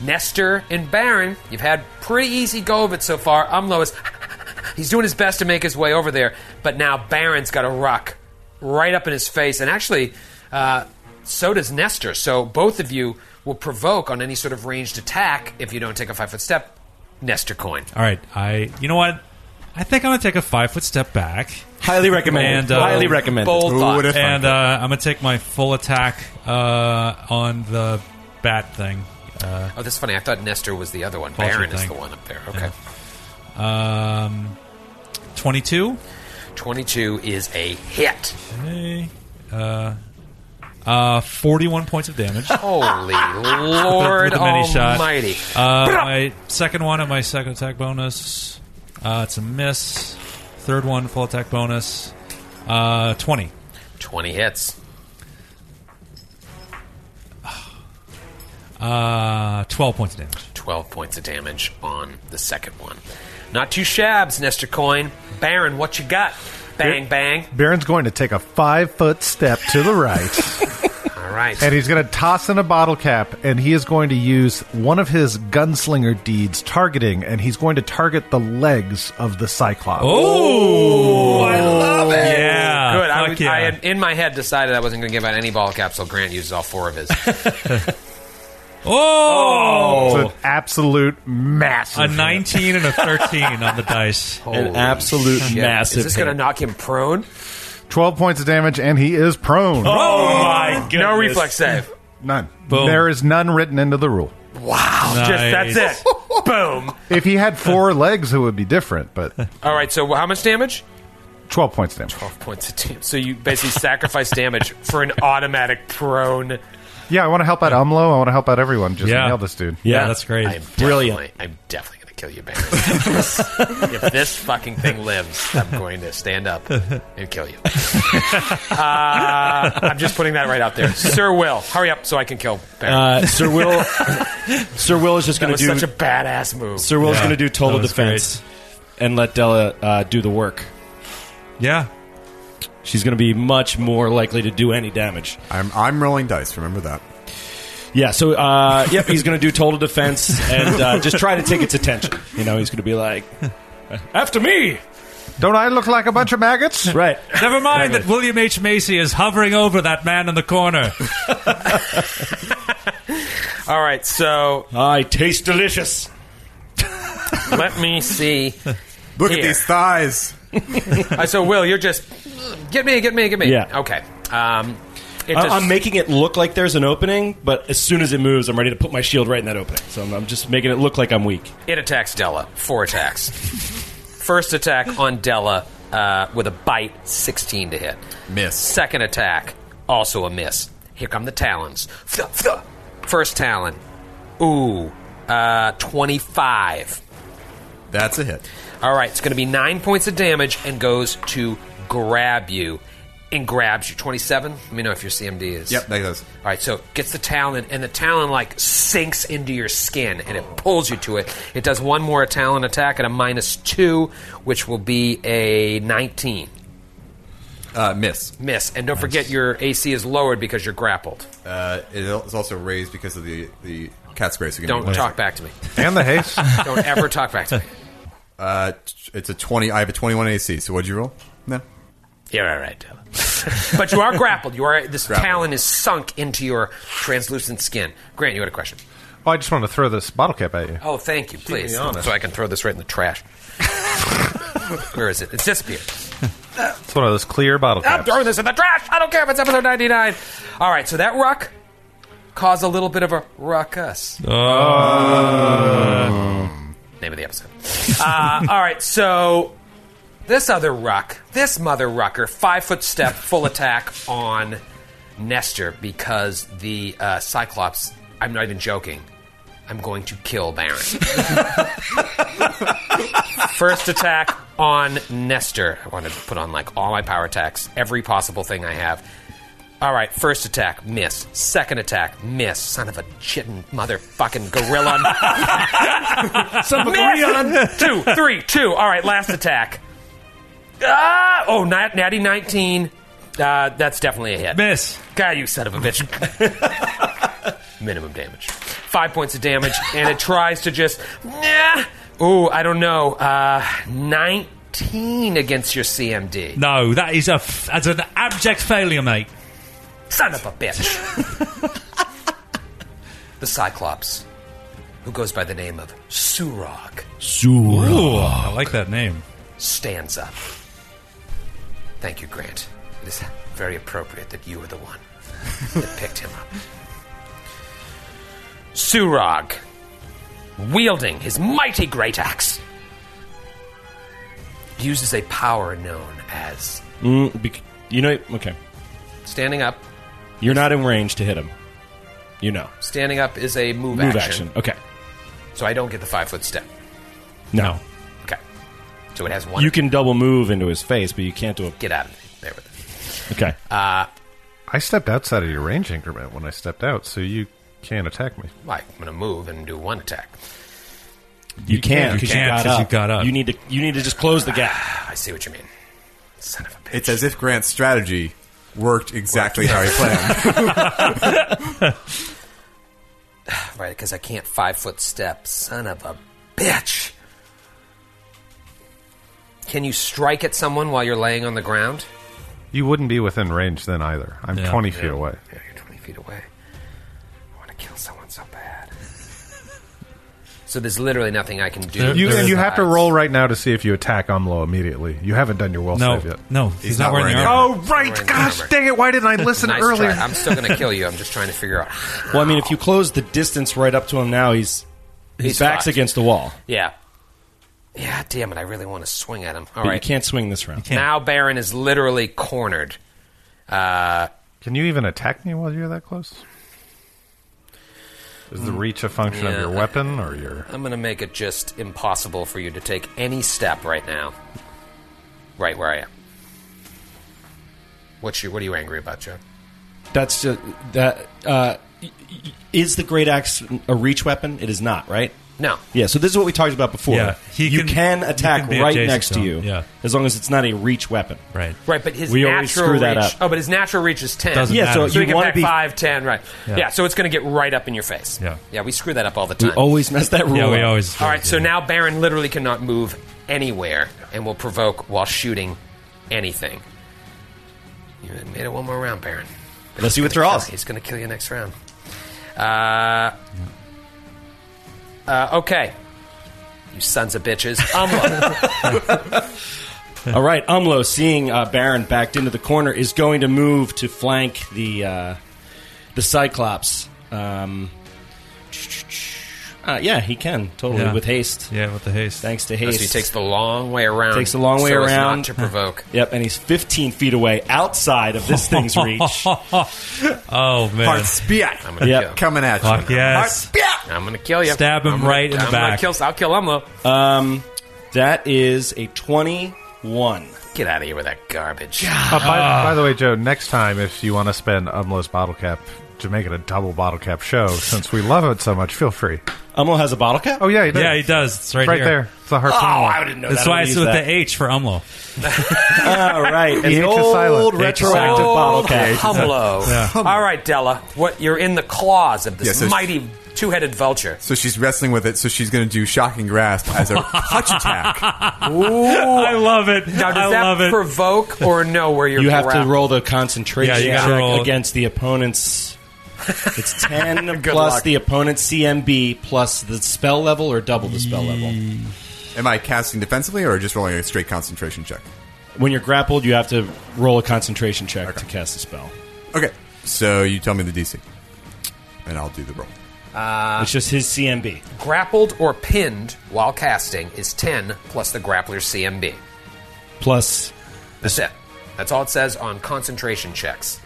Nestor and Baron, you've had pretty easy go of it so far. Umlo is he's doing his best to make his way over there, but now Baron's got a ruck right up in his face, and actually, uh, So does Nestor. So both of you will provoke on any sort of ranged attack if you don't take a five foot step. Nestor coin.
All right, I. You know what? I think I'm gonna take a five foot step back.
Highly recommended.
And, uh,
Highly recommended. Bold Ooh, thought. what a fun
and uh, I'm gonna take my full attack uh, on the bat thing. Uh,
Oh, that's funny. I thought Nestor was the other one.
Vulture
Baron is
thing.
the one up there. Okay.
Um, twenty-two.
22 is a hit.
Okay. Uh, uh, forty-one points of damage. Uh,
Holy
With the-
Lord
with the mini shot.
Almighty.
Uh, my second one and my second attack bonus. Uh, it's a miss. Third one, full attack bonus. Uh, twenty.
20 hits.
Uh, twelve points of damage.
12 points of damage on the second one. Not two shabs, Nestor coin. Baron, what you got? Bang, bang.
Baron's going to take a five foot step to the right,
All right.
and he's going to toss in a bottle cap, and he is going to use one of his gunslinger deeds, targeting, and he's going to target the legs of the Cyclops.
Oh, I love it. Yeah,
Good. I,
fuck
was,
yeah.
I had in my head decided I wasn't going to give out any ball caps, so Grant uses all four of his.
Oh,
It's an absolute massive.
a
hit.
nineteen and a thirteen on the dice.
Holy
An absolute
shit.
massive.
Is this going to
hit.
knock him prone?
12 points of damage, and he is prone.
Oh my goodness!
No reflex save.
None.
Boom.
There is none written into the rule.
Nice.
Just that's it. Boom.
If he had four legs, it would be different, but
All right. So how much damage?
12 points of damage.
Twelve points of damage. So you basically sacrifice damage for an automatic prone.
Yeah, I want to help out Umlo. I want to help out everyone. Just
Yeah.
nail this dude.
Yeah, that's great.
I'm
Brilliant.
definitely- I'm definitely going to kill you, Baron. If this, if this fucking thing lives, I'm going to stand up and kill you. Uh, I'm just putting that right out there. Sir Will, hurry up so I can kill Baron.
Uh, Sir Will. Sir Will is just
that
going
was
to do.
such a badass move.
Sir Will's
Yeah,
going to do total
that was
defense and let Della uh, do the work.
Yeah.
She's going to be much more likely to do any damage.
I'm I'm rolling dice. Remember that.
Yeah. So, uh, yep, he's going to do total defense and uh, just try to take its attention. You know, he's going to be like, "After me!"
Don't I look like a bunch of maggots?
Right.
Never mind that William H. Macy is hovering over that man in the corner.
All right, so
I taste delicious.
let me see.
Look
Here.
at these thighs.
Uh, so Will, you're just get me, get me, get me.
Yeah.
Okay. Um, it
I-
just-
I'm making it look like there's an opening, but as soon as it moves, I'm ready to put my shield right in that opening. So I'm, I'm just making it look like I'm weak.
It attacks Della. Four attacks. First attack on Della uh, with a bite, 16 to hit.
Miss.
Second attack, also a miss. Here come the talons. Fla- fla. First talon. Ooh, uh, 25.
That's a hit.
All right, it's going to be nine points of damage and goes to grab you and grabs you. 27? Let me know if your CMD is.
Yep, that goes.
All right, so gets the talon, and the talon like sinks into your skin, and it pulls you to it. It does one more talon attack at a minus two, which will be a nineteen
Uh, miss.
miss. And don't forget your AC is lowered because you're grappled.
Uh, it al- it's also raised because of the the cat's grace. You're gonna
Don't
be-
talk back to me.
And the haste. Oh,
Don't ever talk back to me.
Uh, t- it's a twenty. I have a twenty-one AC. So what'd you roll? No.
You're all right, Dylan. but you are grappled. You are this
Grappled.
talon is sunk into your translucent skin. Grant, you had a question.
Oh, I just want to throw this bottle cap at you.
Oh, thank you, please.
me honest.
So I can throw this right in the trash. Where is it? It's disappeared.
It's one of those clear bottle
I'm
caps.
throwing this in the trash. I don't care if it's episode 99. All right, so that ruck caused a little bit of a ruckus. Uh. Name of the episode. uh, all right, so this other ruck, this mother rucker, five foot step, full attack on Nestor because the uh, Cyclops, I'm not even joking, I'm going to kill Baron. First attack on Nestor. I want to put on like all my power attacks, every possible thing I have. All right, first attack, miss. Second attack, miss. Son of a chitten motherfucking gorilla. Son of Two, three, two. All right, last attack. Ah, oh, nat- natty 19. Uh, that's definitely a hit.
Miss.
God, you son of a bitch. Minimum damage. Five points of damage, and it tries to just. Nah, ooh, I don't know. Uh, 19 against your CMD.
No, that is a f- that's an abject failure, mate.
Son of a bitch. the Cyclops, who goes by the name of Surog,
Ooh, I like that name.
stands up. Thank you, Grant. It is very appropriate that you were the one that picked him up. Surog, wielding his mighty great axe, uses a power known as
Mm, bec- you know, okay.
standing up.
You're not in range to hit him. You know.
Standing up is a move,
Move
action,
action. Okay.
so I don't get the five foot step.
No.
Okay. So it has one.
You can double move into his face, but you can't do
get out of there with it.
a. Okay.
I stepped outside of your range increment when I stepped out, so you can't attack me.
Like, I'm going to move and do one attack.
You, can't
you
because you,
can't
got up.
'cause you got up.
You need to. You need to just close the gap.
Ah, I see what you mean. Son of a bitch.
It's as if Grant's strategy worked exactly how he planned.
Right, because I can't five foot step. Son of a bitch. Can you strike at someone while you're laying on the ground?
You wouldn't be within range then either. I'm
Yeah.
20 feet away.
Yeah, you're 20 feet away. I want to kill someone so bad. so there's literally nothing I can do.
There-
You,
there
and
is
you have to
besides-
roll right now to see if you attack Umlo immediately. You haven't done your will
No,
save yet.
no, he's, not, wearing, the armor.
Oh, right.
Wearing the
Gosh
armor.
dang it. Why didn't I listen
Nice
earlier?
try. I'm still going to kill you. I'm just trying to figure out.
Well, I mean, if you close the distance right up to him now, he's his
He's
back's
fucked.
against the wall.
Yeah. Yeah, damn it. I really want to swing at him. All
But
right.
you can't swing this round.
can't.
Now Baron is literally cornered.
Can you even attack me while you're that close? Is the reach a function of
Yeah.
your weapon or your.
I'm going to make it just impossible for you to take any step right now. Right where I am. What's your, what are you angry about, Joe?
That's just, that. Uh, y- y- is the great axe a reach weapon? It is not, right?
No.
Yeah. So this is what we talked about before.
Yeah, he
you
can-
can
he
attack
can be
right
adjacent
next
to
to you.
him, yeah.
As long as it's not a reach weapon.
Right.
Right, but his
We
natural
always screw that
reach.
up.
Oh, but his natural reach is 10
Doesn't
Yeah, so
matter.
So
you
you get
wanna
back
be-
five, ten, right? Yeah.
Yeah.
so it's going to get right up in your face.
Yeah.
yeah, we screw that up all the
We
time.
always mess that rule.
Yeah, we
up.
always.
All right, so now Baron literally cannot move anywhere and will provoke while shooting anything. You made it one more round, Baron.
Unless he
He's gonna
withdraws.
kill- He's going to kill you next round. Uh, uh, okay. You sons of bitches. Um,
All right, Umlo, seeing uh, Baron backed into the corner, is going to move to flank the uh, the Cyclops. Um, uh, yeah, he can totally
Yeah.
with haste.
Yeah, with the haste.
Thanks to
so
haste,
he takes the long way around.
Takes the long way
so as
around.
not to provoke.
Yep, and he's 15 feet away outside of this thing's reach.
Oh man.
Part spiat.
I'm going to
Yep.
kill.
Coming at
Fuck
you.
yes.
I'm going to kill you.
Stab him
I'm gonna-
right in the
I'm gonna
back.
Kill, I'll kill Umlo.
Um, that is a 21.
Get out of here with that garbage.
Uh, by, by the way, Joe, next time if you want to spend Umlo's bottle cap to make it a double bottle cap show, since we love it so much, feel free.
Umlo has a bottle cap.
Oh, yeah, he does.
Yeah, he does. It's right,
Right
here.
there. It's a harpoon.
Oh,
one.
I didn't know
That's
that. I
why
would
it's
use
with
that.
the H for Umlo.
All right, and
H
the
is
old
silent. H is
retroactive
silent.
bottle cap.
Humlo. All right, Della. What you're in the claws of this
Yeah, so-
mighty two-headed vulture.
So she's wrestling with it, so she's going to do shocking grasp as a clutch attack.
I love it.
Now, does
I
that
love it.
provoke or no where you're
You have to
grappled?
roll the concentration
Yeah, you gotta
check
roll.
against the opponent's. It's ten
Good
plus
luck.
the opponent's CMB plus the spell level or double the spell level.
Am I casting defensively or just rolling a straight concentration check?
When you're grappled, you have to roll a concentration check to cast a spell.
Okay. So you tell me the DC, and I'll do the roll.
it's just his CMB.
Grappled or pinned while casting is 10 plus the grappler's CMB.
Plus,
That's it. That's all it says on concentration checks.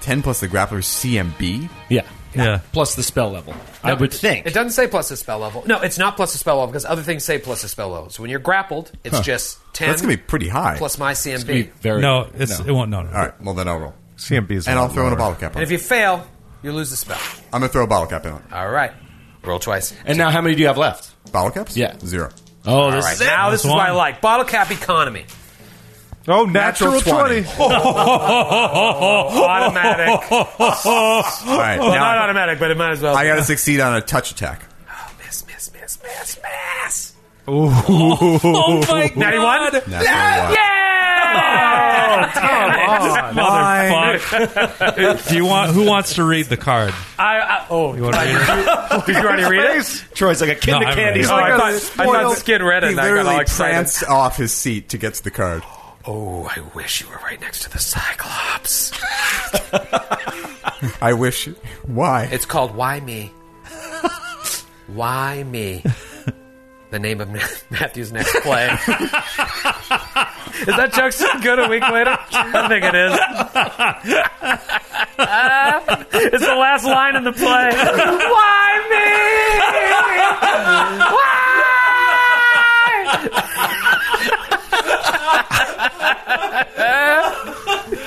10 plus the grappler's CMB.
yeah,
Yeah.
plus the spell level. I would think.
It doesn't say plus the spell level. No, it's not plus the spell level because other things say plus the spell level. So when you're grappled, it's just 10
That's going to be pretty high.
plus my CMB.
It'd be very
no, it's it won't. No, no.
All right. Well, then I'll roll.
CMB is
And
lot
I'll throw in a
lower.
bottle cap
and
on
if
it.
you fail, you lose the spell.
I'm going to throw a bottle cap in on it.
All right. Roll twice.
And now, how many do you have left?
Bottle caps?
Yeah.
Zero.
Oh,
All
this
right.
is it.
Now this
That's
is what I
one.
like. Bottle cap economy.
Oh, natural,
Natural
20.
Automatic. well,
All right.
not
Now
automatic, but it might as well.
I got to succeed on a touch attack.
Oh, miss, miss, miss, miss, miss.
Oh my god!
91?
Natural one.
Yeah!
Motherfuck. Do you want? Who wants to read the card?
I, I oh,
You want to read it?
Did you already read it?
Troy's like a kid
No,
in
I
a
haven't
candy
read it.
store.
I thought- I thought Skid read it
He
and I got all
literally
excited.
pranced off his seat to get to the card.
Oh, I wish you were right next to the Cyclops.
I wish. Why?
It's called Why Me? Why Me? The name of Matthew's next play. is that joke still good a week later? I think it is. it's the last line in the play. Why me? Why?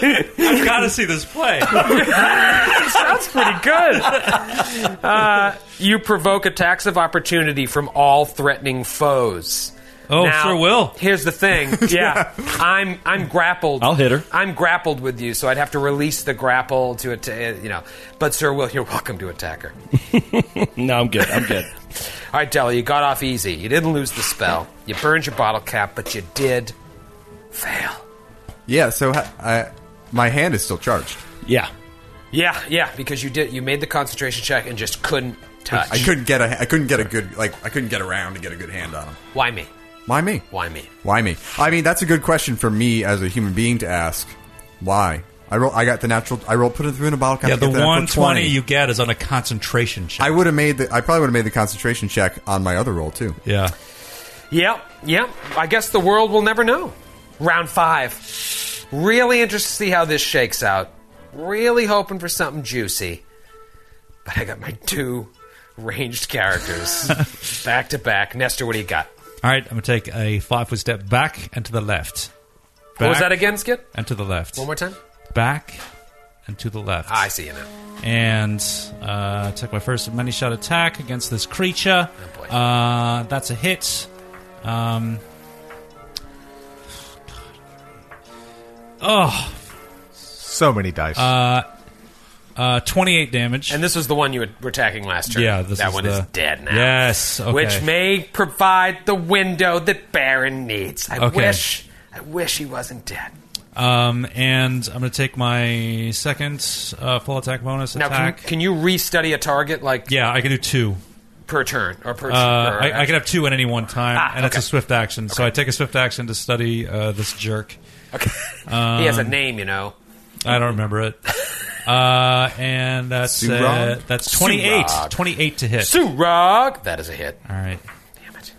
I've got to see this play.
Sounds pretty good. Uh, you provoke attacks of opportunity from all threatening foes.
Oh,
Now,
sure will.
Here's the thing. Yeah, I'm I'm grappled.
I'll hit her.
I'm grappled with you, so I'd have to release the grapple to it. uh, You know, but Sir Will, you're welcome to attack her.
No, I'm good. I'm good.
All right, Della, you got off easy. You didn't lose the spell. You burned your bottle cap, but you did fail.
Yeah. So ha- I, my hand is still charged.
Yeah.
Yeah, yeah, because you did. You made the concentration check and just couldn't touch.
I couldn't get a. I couldn't get a good. Like I couldn't get around to get a good hand on him.
Why me?
Why me?
Why me?
Why me? I mean, that's a good question for me as a human being to ask. Why? I roll. I got the natural. I rolled. Put it through in a bottle cap.
Yeah,
to get
the
natural
120
20.
you get is on a concentration check.
I would have made the. I probably would have made the concentration check on my other roll too.
yeah.
Yep, yep. I guess the world will never know. Round five. Really interested to see how this shakes out. Really hoping for something juicy. But I got my two ranged characters back to back. Nestor, what do you got?
All right, I'm gonna take a five foot step back and to the left.
What was
Back
that again, Skid?
And to the left.
One more time?
Back and to the left.
Ah, I see you now.
and uh, take my first of many shot attack against this creature.
Oh, boy.
uh, that's a hit. Um, oh,
So many dice.
uh, 28 damage.
And this was the one you were attacking last turn.
yeah, this
that
is
one
the,
is dead now.
Yes, okay.
Which may provide the window that Baron needs. I
Okay.
wish, I wish he wasn't dead.
um, and I'm going to take my second uh, full attack bonus
Now, can,
attack.
can you restudy a target like
yeah, I can do two.
per turn or per?
Uh, I, I
can
can have two at any one time,
Ah,
and it's a
okay.
swift action. So I take a swift action to study uh, this jerk.
he
um,
has a name, you know.
I don't remember it. Uh, and that's uh,
Surag?
that's 28.
Surag.
28 to hit.
Surog. That is a hit.
All right.
Damn it.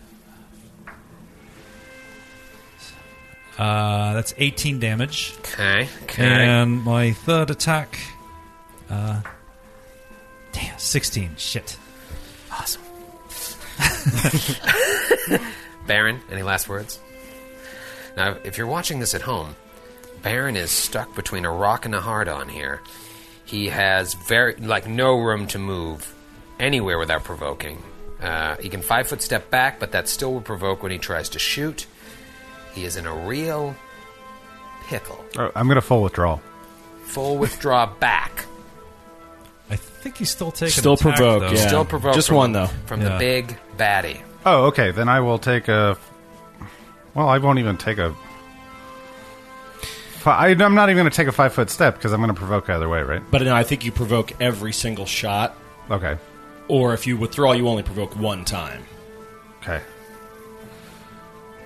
Uh, that's 18 damage.
Okay. Okay.
And my third attack. Uh, damn, 16. Shit.
Awesome. Baron, any last words? Now, if you're watching this at home, Baron is stuck between a rock and a hard on here. He has very like no room to move anywhere without provoking. Uh, he can five foot step back, but that still will provoke when he tries to shoot. He is in a real pickle.
Oh, I'm going to full withdrawal.
Full withdraw back.
I think he's still taking
Still
attack,
provoke,
though.
yeah.
Still provoke.
Just
from-
one, though.
From the
Yeah.
big baddie.
Oh, okay. Then I will take a. Well, I won't even take a. fi- I, am not even going to take a five foot step because I'm going to provoke either way, right?
But no, I think you provoke every single shot,
Okay.
or if you withdraw, you only provoke one time.
Okay.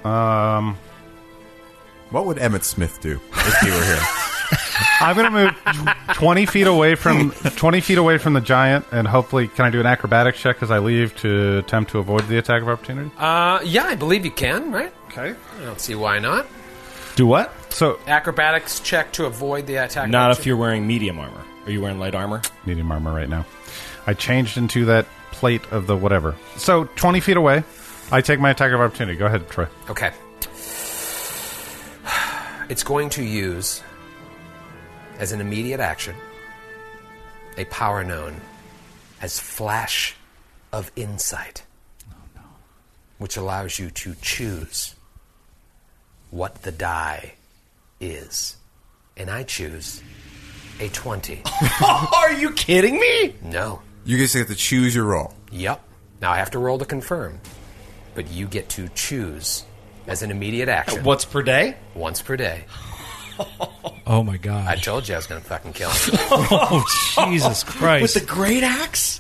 Um,
What would Emmett Smith do if he were here?
I'm going to move twenty feet away from twenty feet away from the giant, and hopefully, can I do an acrobatic check as I leave to attempt to avoid the attack of opportunity?
Uh, yeah, I believe you can, right?
Okay.
I don't see why not.
Do what? So
Acrobatics check to avoid the attack.
Not
action.
if you're wearing medium armor. Are you wearing light armor?
medium armor right now. I changed into that plate of the whatever. So twenty feet away, I take my attack of opportunity. Go ahead, Troy.
Okay. It's going to use, as an immediate action, a power known as Flash of Insight, which allows you to choose what the die is. And I choose a 20.
Are you kidding me?
no.
You guys get to choose your roll.
Yep. Now I have to roll to confirm, but you get to choose as an immediate action.
Once per day?
Once per day.
Oh my god!
I told you I was going to fucking kill him.
oh Jesus Christ!
With the great axe?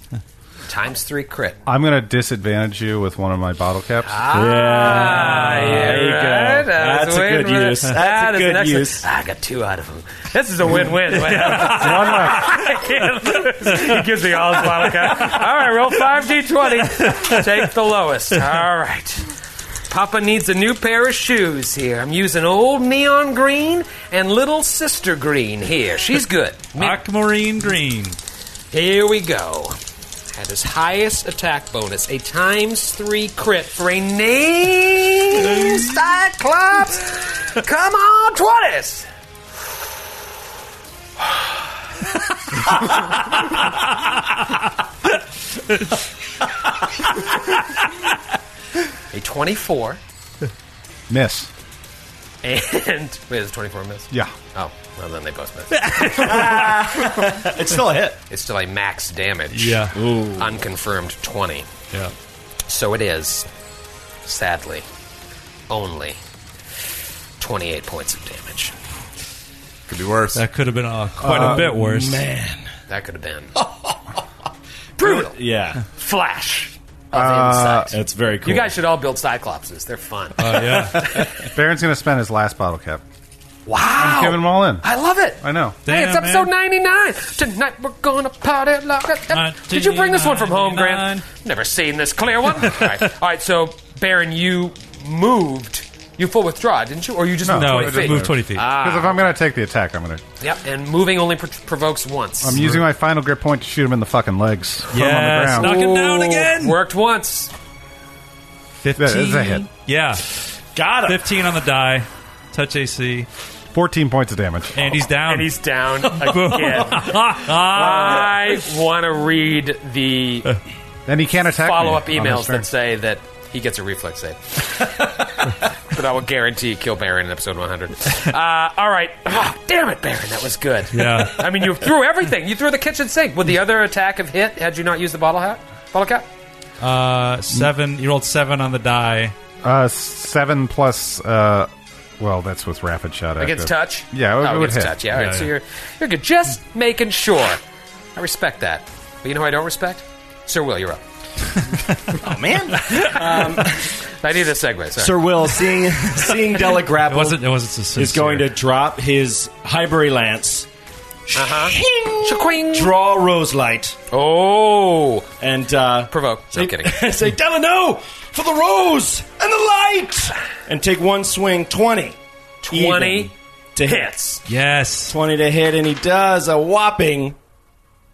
Times three crit.
I'm going to disadvantage you with one of my bottle caps.
Ah,
there you go. That's a good use. That's a good use.
I got two out of them. This is a win-win. One
I can't lose. He gives me all his bottle cap. All right, roll five d twenty.
Take the lowest. All right. Papa needs a new pair of shoes here. I'm using old neon green and little sister green here. She's good.
Aquamarine green.
Here we go. At his highest attack bonus, a times three crit for a name Cyclops. Come on, twenties. a twenty-four
Miss.
and wait, is it twenty-four miss?
Yeah.
Oh, well then they both miss.
it's still a hit.
It's still a max damage.
Yeah.
Unconfirmed 20.
Yeah.
So it is, sadly, only 28 points of damage.
Could be worse.
That could have been uh, quite a bit worse.
That could have been.
Brutal. Yeah.
Flash.
Uh,
That's very
You guys should all build Cyclopses. They're fun.
yeah. Baron's going to spend his last bottle cap.
wow.
I'm giving them all in.
I love it.
I know.
Hey, it's episode 99. Tonight we're going to party like a... Did you bring this one from home, Grant? Never seen this clear one. all, right. All right, so, Baron, you moved. You full withdraw, didn't you? Or you just moved
No,
20
I just
feet?
moved 20 feet.
Ah.
Because if I'm going to take the attack, I'm going to.
Yep, and moving only pro- provokes once.
I'm using my final grip point to shoot him in the fucking legs. Put him on the ground.
knock him down again.
Worked once.
That is a hit.
Yeah. Got it. 15 on the die. Touch AC.
14 points of damage.
And he's down.
And he's down again. I want to read the
Then he can't attack.
follow up
me on his
emails
turn.
that say that he gets a reflex save. but I will guarantee kill Baron in episode 100. Uh, all right. Ah, damn it, Baron. That was good.
Yeah.
I mean, you threw everything. You threw the kitchen sink. Would the other attack have hit had you not used the bottle hat? Bottle cap?
Uh, seven. You rolled seven on the die.
Uh, seven plus. Uh, well, that's with rapid shot.
Against
active.
touch?
Yeah, it,
oh,
it would
against
hit.
touch. Yeah, all right.
Yeah,
So
yeah.
you're you're good. Just making sure. I respect that. But you know who I don't respect? Sir Will, you're up.
Oh, man.
I need a segue. Sorry.
Sir Will, seeing seeing Della
It
grapple
wasn't. It wasn't sincere.
is going to drop his Highbury Lance, Uh-huh.
Shaquing.
draw Rose Light,
Oh,
and uh,
provoke. No
say-
kidding.
say, Della, no! For the Rose and the Light! And take one swing, 20.
20
Even to hit.
Yes.
20 to hit, and he does a whopping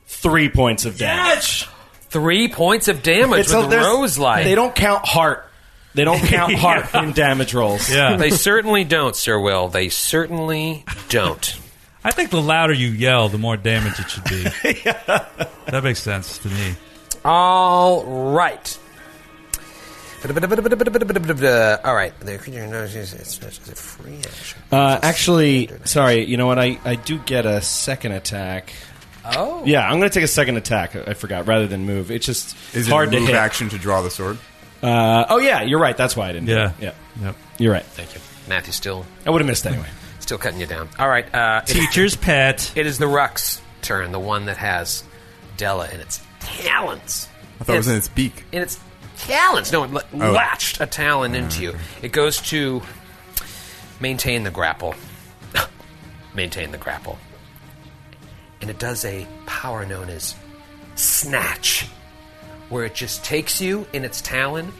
three points of damage.
Three points of damage
a-
with
there's-
Rose Light.
They don't count heart. They don't count heart in damage rolls.
Yeah.
They certainly don't, Sir Will. They certainly don't.
I think the louder you yell, the more damage it should be. That makes sense to me.
All right. All right. The creature knows it's it's a free action.
Uh, actually, sorry, you know what? I, I do get a second attack.
Oh.
Yeah, I'm going to take a second attack. I I forgot, rather than move. It's just
Is
hard
it a move
to hit.
action to draw the sword?
Uh, oh, yeah, you're right. That's why I didn't. do
Yeah.
it. Yeah.
Yep.
You're right. Thank you.
Matthew's still
I would have missed anyway.
still cutting you down. All right. Uh, it-
Teacher's pet.
It is the Ruck's turn, the one that has Della in its talons.
I thought it was in its beak. Oh.
in its talons. No, it l- latched a talon
Mm.
into you. It goes to maintain the grapple. maintain the grapple. And it does a power known as snatch, where it just takes you in its talon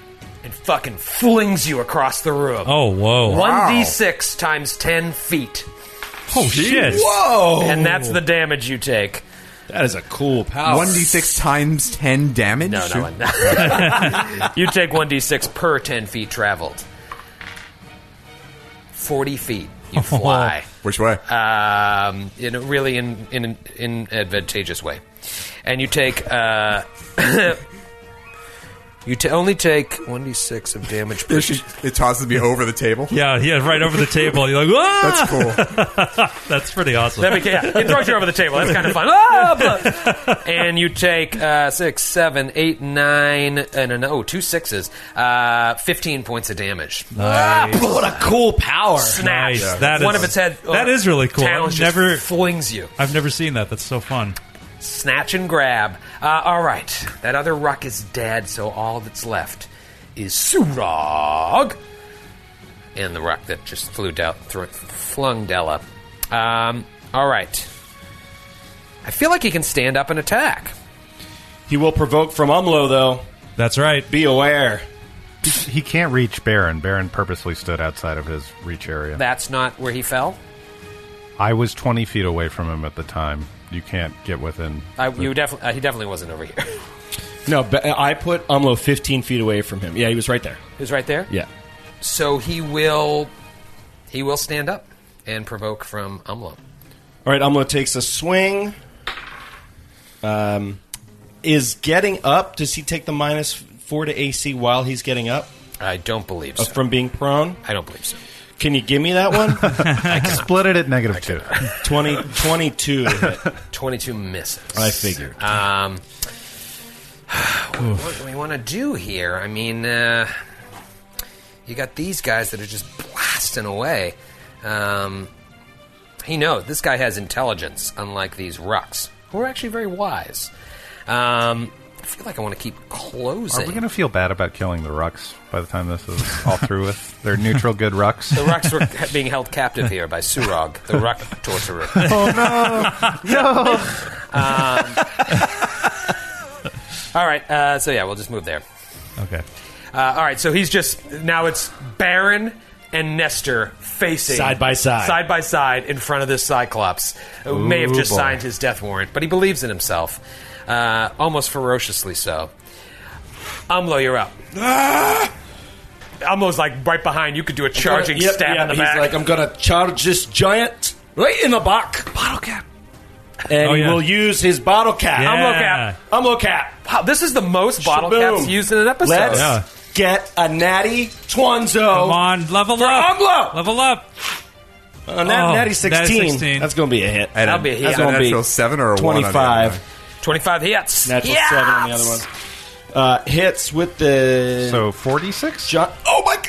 and fucking flings you across the room.
Oh whoa.
1d6 times 10 feet.
Oh shit.
And that's the damage you take.
That is a cool power.
One d six times ten damage.
No, no,
Shoot.
no. you take 1d6 per 10 feet traveled. 40 feet. You fly.
Which way?
um, in a really in, in, an- in advantageous way. And you take uh, You ta only take 1d6 of damage per.
It, should- it tosses me over the table.
Yeah, yeah, right over the table. You're like, "Ah!"
That's cool.
That's pretty awesome.
That became- yeah, it throws you over the table. That's kind of fun. Ah, blood. and you take uh, six, seven, eight, nine, and an, oh, two sixes. Uh, Fifteen points of damage.
Nice.
Ah, what a cool power! Snatch.
Nice. That
One
is-
of its head.
that is really cool.
Talon
I've
just
never-
flings you.
I've never seen that. That's so fun.
Snatch and grab. Uh, all right, that other ruck is dead, so all that's left is Surog. And the ruck that just flew down, thro- flung Della. Um, all right. I feel like he can stand up and attack.
He will provoke from Umlo, though.
That's right.
Be aware.
He can't reach Baron. Baron purposely stood outside of his reach area.
That's not where he fell.
I was 20 feet away from him at the time. You can't get within.
Ah.
I, you definitely, uh, he definitely wasn't over here.
No, but I put Umlo 15 feet away from him. Yeah, he was right there.
he was right there.
Yeah.
So he will, he will stand up and provoke from Umlo.
All right, Umlo takes a swing. Um, is getting up? Does he take the minus four to AC while he's getting up?
I don't believe
so. from being prone?
I don't believe so.
Can you give me that one?
Split it at negative two.
20, 22 to hit.
22 misses.
I figured.
Um, what do we want to do here? I mean, uh, you got these guys that are just blasting away. Um, he knows this guy has intelligence, unlike these rucks, who are actually very wise. Um, I feel like I want to keep
Are
closing.
we going to feel bad about killing the Rucks by the time this is all through with? They're neutral good Rucks.
the rucks were being held captive here by Surog, the ruck torturer.
Oh no! No!
Um, all right, uh, so yeah, we'll just move there.
Okay.
Uh, all right, so he's just now it's Baron and Nestor facing
Side by side.
side by side in front of this Cyclops, who may have
Ooh,
just
boy.
signed his death warrant, but he believes in himself, uh, almost ferociously so. Umlo, you're up. Umlo's like right behind. You could do a charging
Ah! Yep,
stab
yep,
in the
he's
back.
like, I'm gonna charge this giant right in the back. Bottle cap. And
Oh,
he
yeah.
will use his bottle cap.
Yeah. Umlo cap.
Umlo cap.
Wow, this is the most bottle caps used in an episode.
Let's
Yeah.
get a natty Twanzo.
Come on, level
Oh. for
up.
Umlo.
Level up.
A Uh, nat-
Oh,
natty 16.
natty 16.
That's gonna be a hit.
And
That'll be a hit.
That's
A
gonna
natural
be
seven or a one on the other
25.
one?
25 hits.
Natural
Yes!
seven on the other one. Uh, hits with the
so forty six.
oh my! God.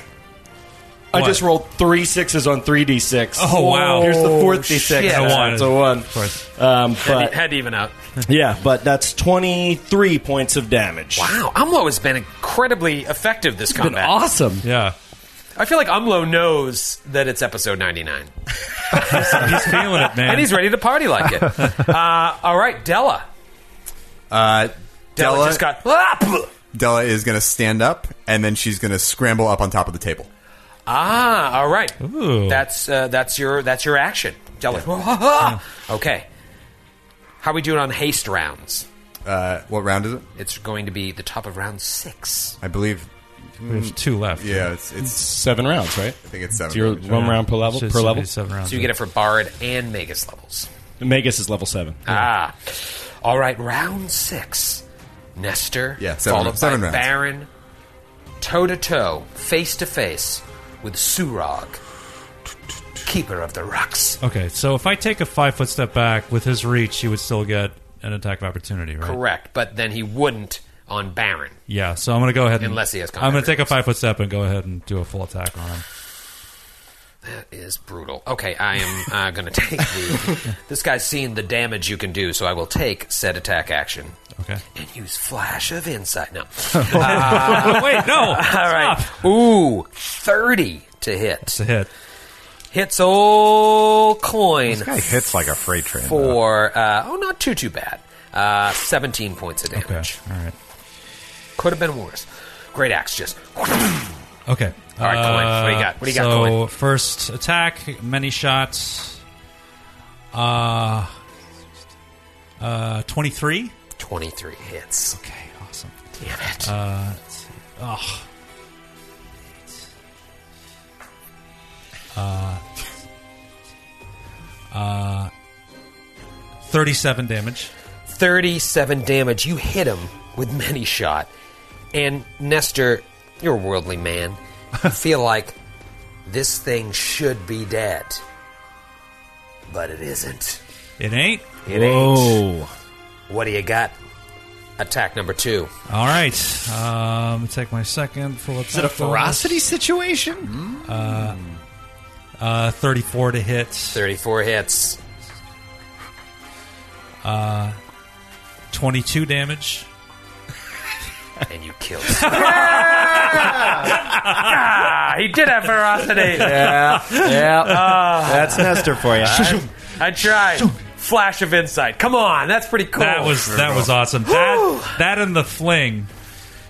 I
What?
just rolled three sixes on three d six.
Oh, wow.
Here's the
Oh,
fourth d six.
shit.
A one.
It's a one.
Of course.
Um,
Had
but
to- had to even out.
yeah, but that's twenty three points of damage.
Wow, Umlo has been incredibly effective this
Been
combat.
awesome.
Yeah.
I feel like Umlo knows that it's episode 99.
He's feeling it, man.
And he's ready to party like it. Uh, all right, Della.
Uh,
Della,
Della,
just got. Ah, pff.
Della is going to stand up, and then she's going to scramble up on top of the table.
Ah, all right.
Ooh.
That's uh, that's your that's your action, Della. Ah, okay. How are we doing on haste rounds?
Uh, what round is it?
It's going to be the top of round six.
I believe.
we have two left.
Yeah, it's, it's
Seven rounds, right?
I think it's seven.
So you're one round per level.
Should-
Per
should
level.
be Seven rounds.
So you get it for Bard and Magus levels.
Magus is level seven.
Ah. All right, round six. Nestor,
Yeah, seven-
followed
seven
by
rounds.
Baron, toe to toe, face to face with Surog, keeper of the rocks.
Okay, so if I take a five foot step back with his reach, he would still get an attack of opportunity, right?
Correct, but then he wouldn't on Baron.
Yeah, so I'm going to go ahead and.
Unless he has combat
I'm going to take a
readiness.
five foot step and go ahead and do a full attack on him.
That is brutal. Okay, I am uh, going to take the. this guy's seen the damage you can do, so I will take said attack action
Okay.
and use flash of insight. No. Uh,
Wait, no!
All right. Ooh, 30 to hit.
It's a hit.
Hits old coin.
Guy hits like a freight train. though.
for uh, oh, not too too bad. Uh, Seventeen points of
Okay,
damage.
all right.
Could have been worse. Great axe, just
Okay.
All right, Colin, what do you got? What do you got,
so
Colin?
first attack, many shots. Uh, uh, twenty-three.
twenty three hits.
Okay, awesome.
Damn it!
Uh, let's see. oh. Uh, uh, thirty-seven damage.
Thirty seven damage. You hit him with many shot. And Nestor, you're a worldly man. You feel like this thing should be dead, but it isn't.
It ain't.
It ain't. What do you got? Attack number two.
All right. Um, let me take my second full attack.
Is it a ferocity
situation?
Uh, uh, 34 to hit.
34 hits.
Uh, 22 damage.
and you kill.
ah, he did have ferocity.
Yeah, yeah.
Ah.
That's Nestor for ya.
I, I tried. Flash of insight. Come on, that's pretty cool.
Oh,
That was that was awesome. That that and the fling.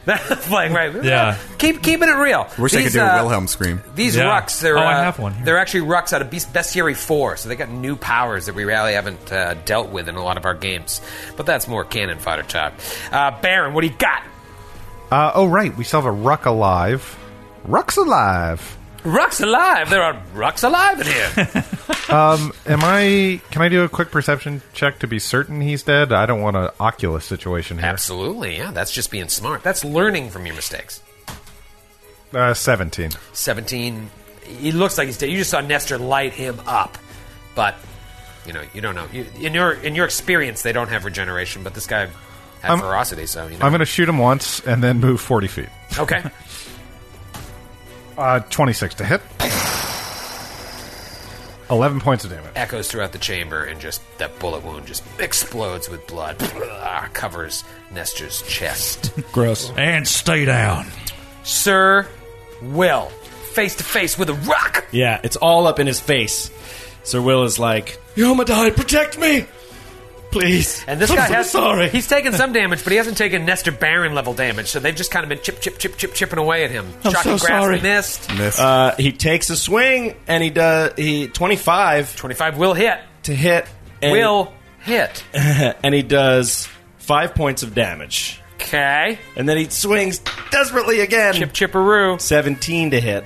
That fling, right?
Yeah.
Keep keeping it real.
Wish I could
These,
do a
uh,
Wilhelm scream.
These
Yeah.
rucks, they're
Oh,
uh,
I have one
they're actually rucks out of Beast Bestiary Four, so they got new powers that we really haven't uh, dealt with in a lot of our games. But that's more cannon fodder talk. Uh, Baron, what do you got?
Uh, oh, right. We still have a Ruck alive. Ruck's alive.
Rucks alive! There are rucks alive in here.
um, am I? Can I do a quick perception check to be certain he's dead? I don't want an Oculus situation here.
Absolutely, yeah. That's just being smart. That's learning from your mistakes.
Uh, Seventeen.
17. He looks like he's dead. You just saw Nestor light him up, but you know you don't know. You, in your in your experience, they don't have regeneration, but this guy had
I'm-
ferocity, so you know.
I'm going to shoot him once and then move forty feet.
okay,
Uh, Twenty-six to hit. Eleven points of damage.
echoes throughout the chamber, and just that bullet wound just explodes with blood, Blah, covers Nestor's chest.
Gross. And stay down.
Sir Will, face to face with a rock.
Yeah, it's all up in his face. Sir Will is like, Yomadai, protect me! Please.
And this
I'm
guy
so
has
sorry.
He's taken some damage, but he hasn't taken Nestor Baron level damage. So they've just kind of been chip, chip, chip, chip, chipping away at him.
I'm
Shocking
so
grasp
sorry.
missed.
Uh, he takes a swing and he does he 25.
25 will hit.
To hit. and-
Will hit.
and he does 5 points of damage.
Okay.
And then he swings desperately again. Chip
chipperoo.
17 to hit.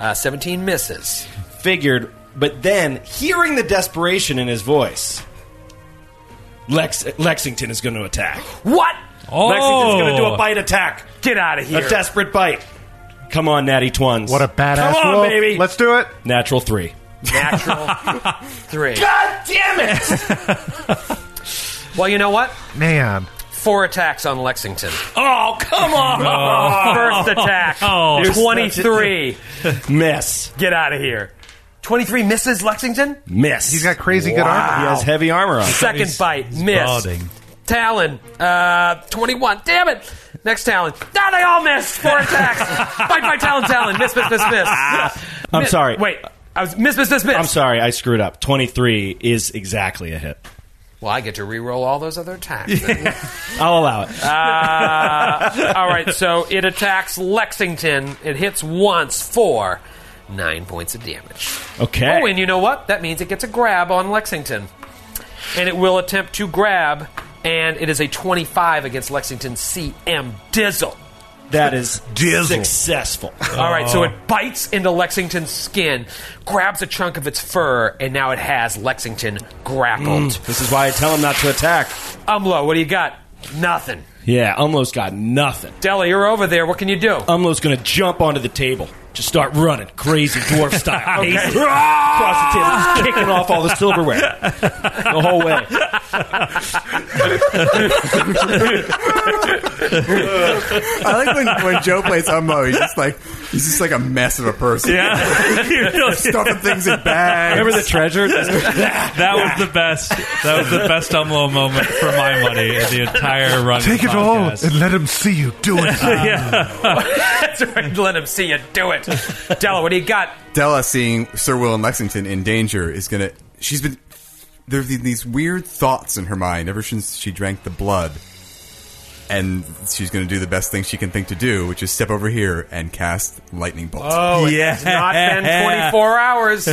Uh, 17 misses.
Figured, but then hearing the desperation in his voice, Lex Lexington is going to attack.
What?
Lexington's going to
Oh.
do a bite attack.
Get out of
Oh. A desperate bite. Come on, Natty Twins. What a
badass
Come on,
roll.
baby.
Let's do it.
Natural three.
Natural three.
God damn it!
well, you know what?
Man.
Four attacks on Lexington.
Oh, come on!
First attack.
Oh. You're
23.
Miss.
Get out of here. 23 misses Lexington?
Miss.
He's got crazy good
Wow.
armor.
He has
heavy armor on.
Second bite. Miss.
balding.
Talon. Uh, 21. Damn it. Next Talon. Ah, they all missed. Four attacks. bite by Talon, Talon. Miss, miss, miss, miss.
I'm
Miss-
sorry.
Wait. I was miss, miss, miss, miss.
I'm sorry, I screwed up. 23 is exactly a hit.
Well, I get to re-roll all those other attacks.
I'll allow it.
Uh, all right, so it attacks Lexington. It hits once for nine points of damage.
Okay.
Oh, and you know what? That means it gets a grab on Lexington. And it will attempt to grab, and it is a 25 against Lexington CM Dizzle.
That is
Dizzle.
successful.
All right, so it bites into Lexington's skin, grabs a chunk of its fur, and now it has Lexington grappled.
Mm, this is why I tell him not to attack.
Umlo, what do you got? Nothing.
Yeah, Umlo's got nothing.
Della, you're over there. What can you do?
Umlo's going to jump onto the table. Just start running, crazy dwarf style.
Okay.
Aces Across the table, just kicking off all the silverware the whole way.
I like when, when Joe plays Umbo, he's just like he's just like a mess of a person.
Yeah.
stuffing things in bags.
Remember the treasure?
that
That was the best. That was the best Umlo moment for my money in the entire run. of
Take
the
it all
podcast.
and let him see you do it.
That's right. Let him see you do it. Della, what do you got?
Della seeing Sir Will and Lexington in danger is gonna. She's been there. Are these weird thoughts in her mind ever since she drank the blood, and she's gonna do the best thing she can think to do, which is step over here and cast lightning bolt.
Oh, it has not been 24 hours.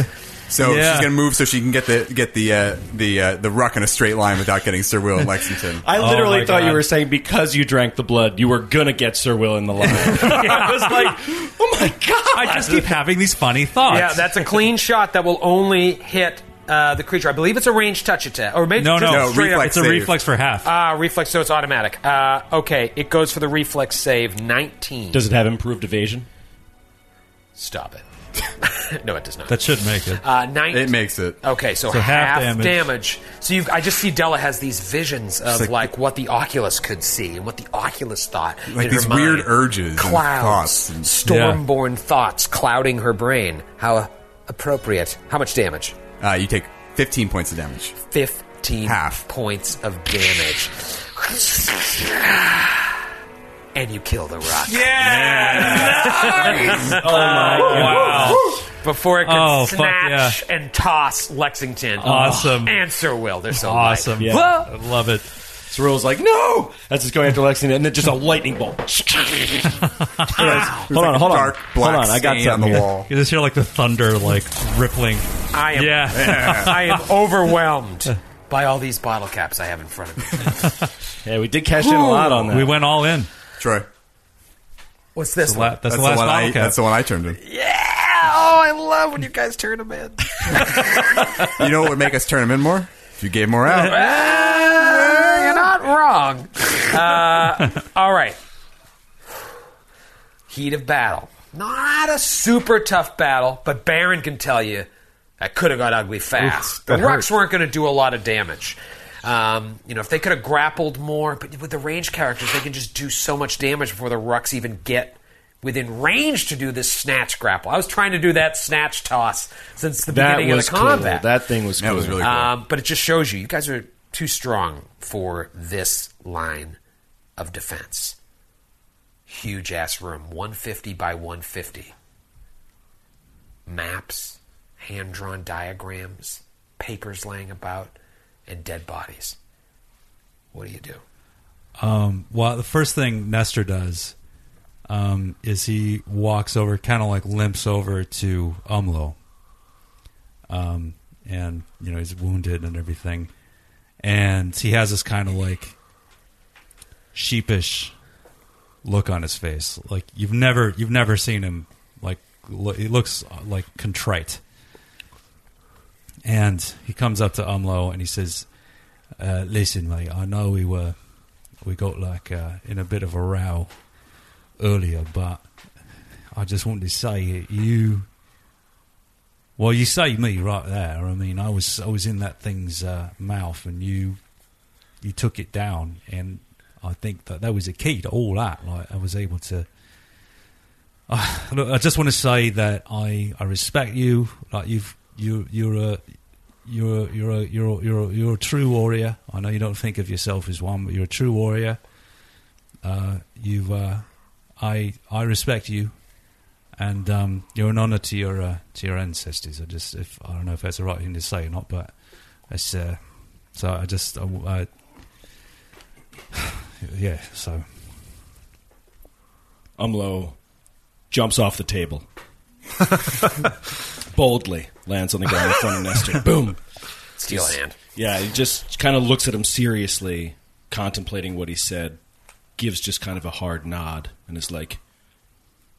So
Yeah.
she's gonna move so she can get the get the uh, the uh, the ruck in a straight line without getting Sir Will and Lexington.
I literally thought you were saying because you drank the blood, you were going to get Sir Will in the line. I was like, oh my god!
I just keep having these funny thoughts.
Yeah, that's a clean shot that will only hit uh, the creature. I believe it's a ranged touch attack, or maybe
No,
just
no,
straight up-
it's a reflex for half.
Ah, reflex, so it's automatic. Uh, okay, it goes for the reflex save 19.
Does it have improved evasion?
Stop it. no, it does not.
That should make it.
Uh, 19.
It makes it.
Okay, so,
So
half,
half
damage.
damage.
So you I just see Della has these visions of like,
like-
what the Oculus could see and what the Oculus thought.
Like
in her
these weird
mind.
urges and
clouds,
thoughts and-
stormborn thoughts clouding her brain. How appropriate. How much damage?
Uh, you take 15 points of damage.
15
Half.
points of damage. And you kill the rock.
Nice! Oh my God.
Wow. Before it could
Oh, fuck,
snatch and toss Lexington.
Awesome.
And Sir Will. They're so light.
awesome.
Yeah.
Whoa!
I love it.
Cyril's like, no! That's just going after Lexington, and then just a lightning bolt. hold
like
on,
a
hold on.
dark black
hold on, I got
stain on
something
the
here.
wall.
You just hear like the thunder like rippling.
I am
Yeah.
I am overwhelmed by all these bottle caps I have in front of me.
Yeah, we did cash in a lot on that.
we went all in.
Troy.
What's this
La- that's,
That's
the last
one
bottle
I,
cap.
that's the one I turned in.
Yeah! Oh, I love when you guys turn them in.
You know what would make us turn them in more? If you gave more out.
Ah, you're not wrong. Uh, all right. Heat of battle. Not a super tough battle, but Baron can tell you that could have got ugly fast. the Rucks weren't going to do a lot of damage. Um, you know, if they could have grappled more, but with the range characters, they can just do so much damage before the Rucks even get within range to do this snatch grapple. I was trying to do that snatch toss since the
that
beginning of
was
the combat.
cool. That thing was cool.
That was really cool.
Um, but it just shows you, you guys are too strong for this line of defense. Huge ass room, 150 by 150. Maps, hand drawn diagrams, papers laying about, and dead bodies. What do you do?
Um, well, the first thing Nestor does um, is he walks over, kind of like limps over to Umlo. Um, and, you know, he's wounded and everything. And he has this kind of like sheepish look on his face. Like you've never you've never seen him like lo- he looks uh, like contrite. And he comes up to Umlo and he says, uh, "Listen, mate, I know we were we got like uh, in a bit of a row earlier, but I just wanted to say that you. Well, you saved me right there. I mean, I was I was in that thing's uh, mouth, and you you took it down, and I think that that was a key to all that. Like, I was able to. look, I just want to say that I, I respect you. Like you've you you're a you're a, you're a, you're a, you're a, you're a true warrior. I know you don't think of yourself as one, but you're a true warrior. Uh, you've uh, I I respect you, and um, you're an honor to your uh, to your ancestors. I just if I don't know if that's the right thing to say or not, but it's uh, so I just I, I, yeah. So
Umlo jumps off the table. Boldly lands on the ground in front of Nestor. Boom.
Steel hand.
Yeah, he just kind of looks at him seriously, contemplating what he said, gives just kind of a hard nod, and is like,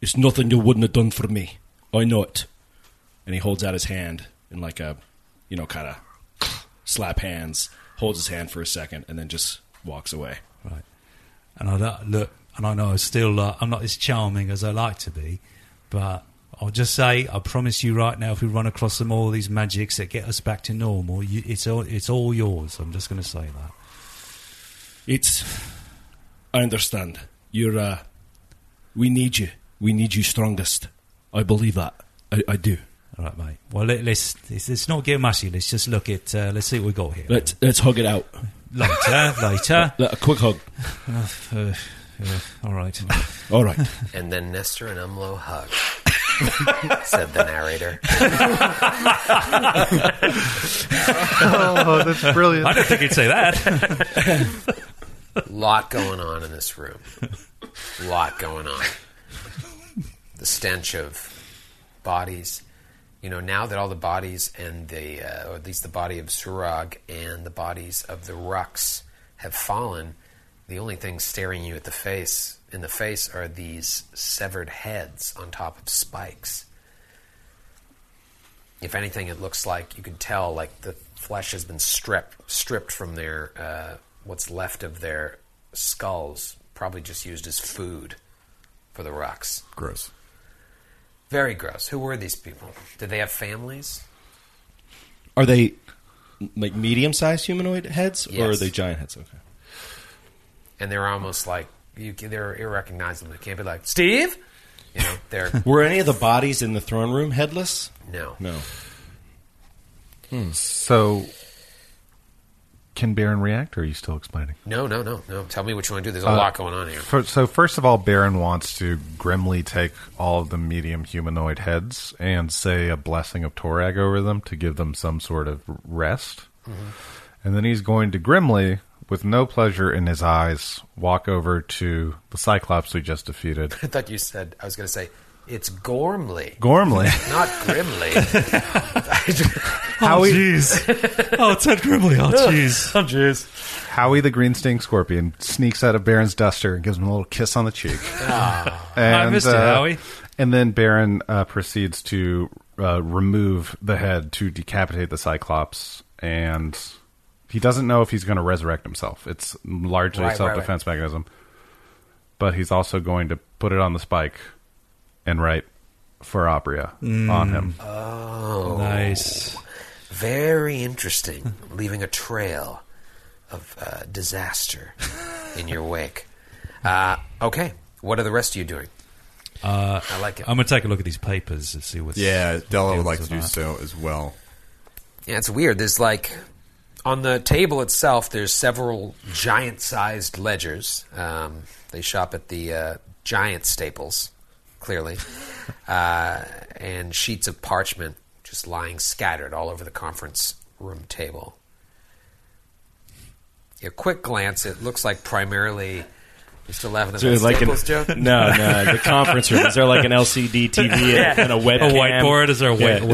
It's nothing you wouldn't have done for me. I know it. And he holds out his hand in like a, you know, kind of slap hands, holds his hand for a second, and then just walks away.
Right. And I don't- look, and I know I'm still uh, I'm not as charming as I like to be, but I'll just say I promise you right now, if we run across some more of these magics that get us back to normal, you, it's all it's all yours. I'm just going to say that.
It's. I understand. You're. Uh, we need you. We need you strongest. I believe that. I, I do.
All right, mate. Well, let, let's, let's let's not get mushy. Let's just look at uh, let's see what we got here.
Let's let's hug it out.
Later, later.
Let- a quick hug.
Uh, yeah, all right.
All right.
And then Nestor and Umlo hug, said the narrator.
Oh, that's brilliant.
I don't think he'd say that.
lot going on in this room. lot going on. The stench of bodies. You know, now that all the bodies and the, uh, or at least the body of Surag and the bodies of the Rucks have fallen, the only things staring you at the face, in the face, are these severed heads on top of spikes. If anything, it looks like you can tell like the flesh has been stripped stripped from their uh, what's left of their skulls, probably just used as food for the rocks.
Gross.
Very gross. Who were these people? Did they have families?
Are they like medium-sized humanoid heads, or are
Yes.
they giant heads? Okay.
And they're almost like you. can- They're irrecognizable. You can't be like Steve. You know, they're
Were any of the bodies in the throne room headless?
No.
No.
So, can Baron react, or are you still explaining?
no, no, no, no. Tell me what you want to do. There's a
Uh,
lot going on here.
fir- so first of all, Baron wants to grimly take all of the medium humanoid heads and say a blessing of Torag over them to give them some sort of rest.
Mm-hmm.
Mhm.
And then he's going to grimly, with no pleasure in his eyes, walk over to the Cyclops we just defeated.
I thought you said I was going to say it's Gormley.
Gormley.
not Grimly.
Howie-
oh, it's Ted Grimley. Oh, jeez.
Oh, jeez. Howie the Green Stink Scorpion sneaks out of Baron's duster and gives him a little kiss on the cheek. uh,
Ah. I missed it, Howie.
And then Baron uh, proceeds to uh, remove the head to decapitate the Cyclops, and he doesn't know if he's going to resurrect himself. It's largely a
Right, right,
self defense mechanism. But he's also going to put it on the spike and write for Opria
Mm.
on him.
Uh.
Oh, nice. Very interesting. Leaving a trail of uh, disaster in your wake. Uh, okay, what are the rest of you doing?
Uh,
I like it.
I'm gonna take a look at these papers and see what's.
Yeah, Della would like
what's
to do
about.
So as well.
Yeah, it's weird. There's like on the table itself. There's several giant-sized ledgers. Um, they shop at the uh, giant staples, clearly, uh, and sheets of parchment just lying scattered all over the conference room table. A quick glance. It looks like primarily. You're still laughing at
So
that
it's like an-
staples joke?
No, no, the conference room. Is there like an LCD TV and- and a webcam? Yeah. Is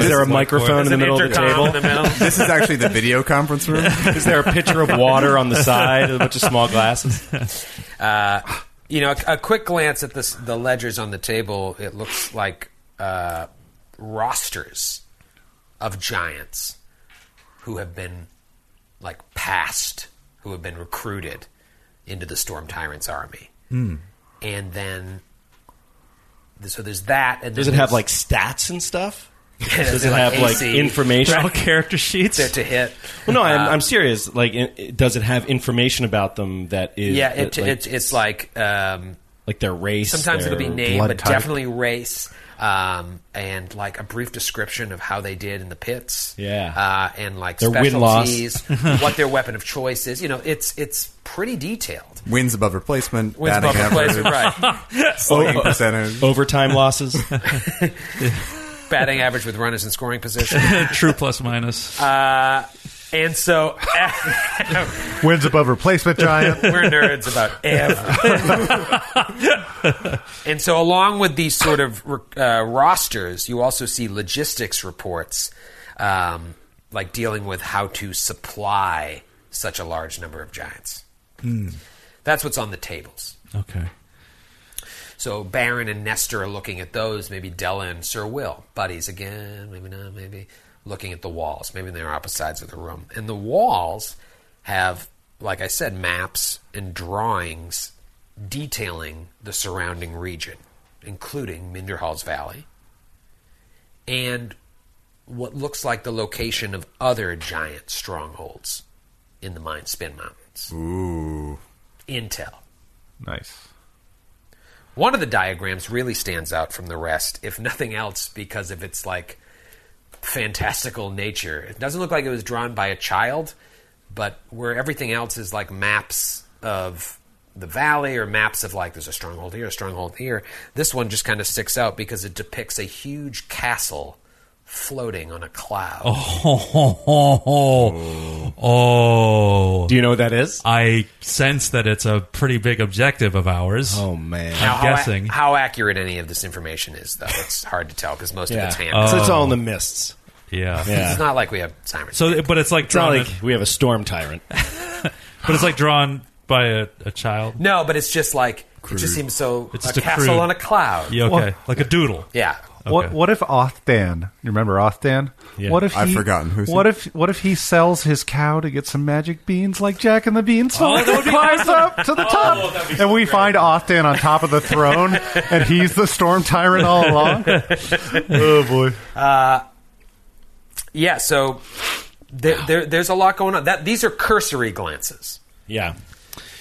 there a microphone in the middle of the table?
this is actually the video conference room.
Is there a pitcher of water on the side and a bunch of small glasses?
Uh, you know, a, a quick glance at this, the ledgers on the table, it looks like uh, rosters of giants who have been like passed, who have been recruited into the Storm Tyrant's army,
Hmm.
and then so there's that. And then
Does it have
there's-
like stats and stuff?
Yeah,
Does
they're
it have like
AC.
information?
Right.
character sheets.
They're to hit.
Well, no, I'm,
Uh,
I'm serious. Like, it, it- does it have information about them that is?
yeah,
that,
it,
like,
it's it's like um,
like their race.
Sometimes
their
it'll be name,
blood
but
type.
definitely race. Um, and like a brief description of how they did in the pits.
Yeah.
Uh, and like
Their win-loss.
specialties, what their weapon of choice is. You know, it's it's pretty detailed.
Wins above replacement.
Wins
batting
above replacement,
average,
right.
slugging
Oh, oh.
percentage.
Overtime losses.
Batting average with runners in scoring position.
True plus minus.
Uh, and so
Wins above replacement giant.
We're nerds about everything. and so, along with these sort of uh, rosters, you also see logistics reports, um, like dealing with how to supply such a large number of giants.
Hmm.
That's what's on the tables.
Okay.
So Baron and Nestor are looking at those. Maybe Della and Sir Will, buddies again. Maybe not. Maybe looking at the walls. Maybe they're opposite sides of the room. And the walls have, like I said, maps and drawings detailing the surrounding region, including Minderhall's Valley, and what looks like the location of other giant strongholds in the Mind Spin Mountains.
Ooh,
intel.
Nice.
One of the diagrams really stands out from the rest, if nothing else, because of its like fantastical nature. It doesn't look like it was drawn by a child, but where everything else is like maps of the valley or maps of like there's a stronghold here, a stronghold here, this one just kind of sticks out because it depicts a huge castle floating on a cloud.
Oh, ho, ho, ho, ho. oh.
Do you know what that is?
I sense that it's a pretty big objective of ours. Oh
man,
I'm
how,
guessing.
how accurate any of this information is, though, it's hard to tell because most of
Yeah.
it's hand.
So it's all in the mists.
Yeah.
It's not like we have Simon.
So, but it's like
It's not
drawn.
like we have a storm tyrant.
but it's like drawn by a, a child.
No, but it's just like it just seems so.
It's
a
just a
castle
crude-
on a cloud.
Yeah, okay, like a doodle.
Yeah,
What What if Othdan? You remember Othdan?
Yeah.
What if
I've
he-
forgotten. Who's he?
what if What if he sells his cow to get some magic beans like Jack and the Beanstalk?
Oh, that would be
climbs up to the
Oh,
top,
that'd be
and we find Othdan on top of the throne, and he's the storm tyrant all along. oh boy.
Uh, yeah, so there, there, there's a lot going on. That These are cursory glances.
Yeah.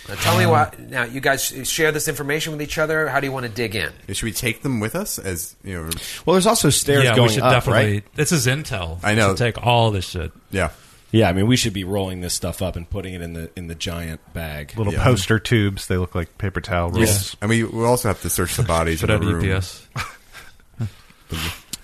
Now, tell
Um,
me what. Now, you guys sh- share this information with each other. How do you want to dig in?
Should we take them with us? As you know,
well, there's also stairs
yeah,
going
we should
up,
definitely.
right?
This is intel.
I know.
We should take all this shit.
Yeah.
Yeah, I mean, we should be rolling this stuff up and putting it in the in the giant bag.
Little poster tubes. They look like paper towel rolls.
Yes.
and we we also have to search the bodies
Should
of the
have
room.
EPS.
We'd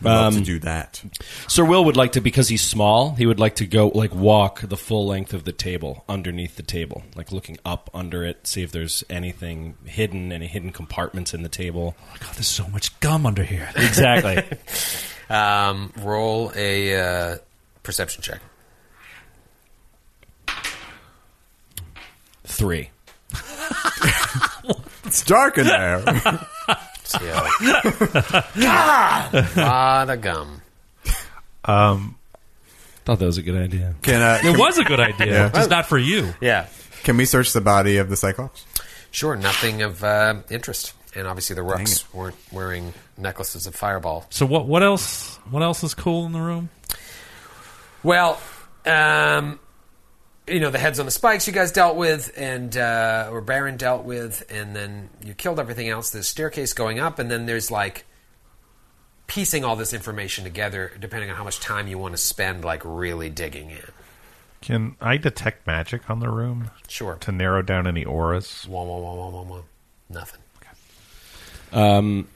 love to
Um,
do that.
Sir Will would like to because he's small. He would like to go like walk the full length of the table underneath the table, like looking up under it, see if there's anything hidden, any hidden compartments in the table. Oh my
god, there's so much gum under here.
Exactly.
Um, roll a uh, perception check.
Three.
It's dark in there.
God! Lot of gum.
Um,
thought that was a good idea.
Can uh,
It
can-
was a good idea, just not for you.
Yeah.
Can we search the body of the Cyclops?
Sure, nothing of uh, interest. And obviously, the rooks weren't wearing necklaces of fireball.
So what? What else? What else is cool in the room?
Well, um, you know, the heads on the spikes you guys dealt with, and uh, or Baron dealt with, and then you killed everything else. There's staircase going up, and then there's like piecing all this information together, depending on how much time you want to spend, like really digging in.
Can I detect magic on the room?
Sure.
To narrow down any auras.
Wah, wah, wah, wah, wah, wah. Nothing.
Um,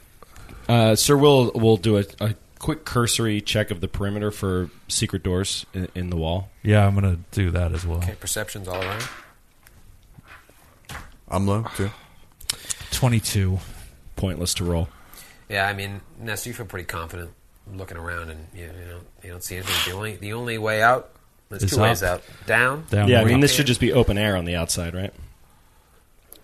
uh, Sir Will will do a, a quick cursory check of the perimeter for secret doors in, in the wall.
Yeah, I'm gonna do that as well.
Okay, perceptions all around.
I'm low too.
Twenty-two.
Pointless to roll.
Yeah, I mean, Ness, you feel pretty confident looking around, and you, you don't you don't see anything. The only the only way out. There's
It's
two ways
up.
out: down.
yeah, I
or
mean,
up
this
in.
should just be open air on the outside, right?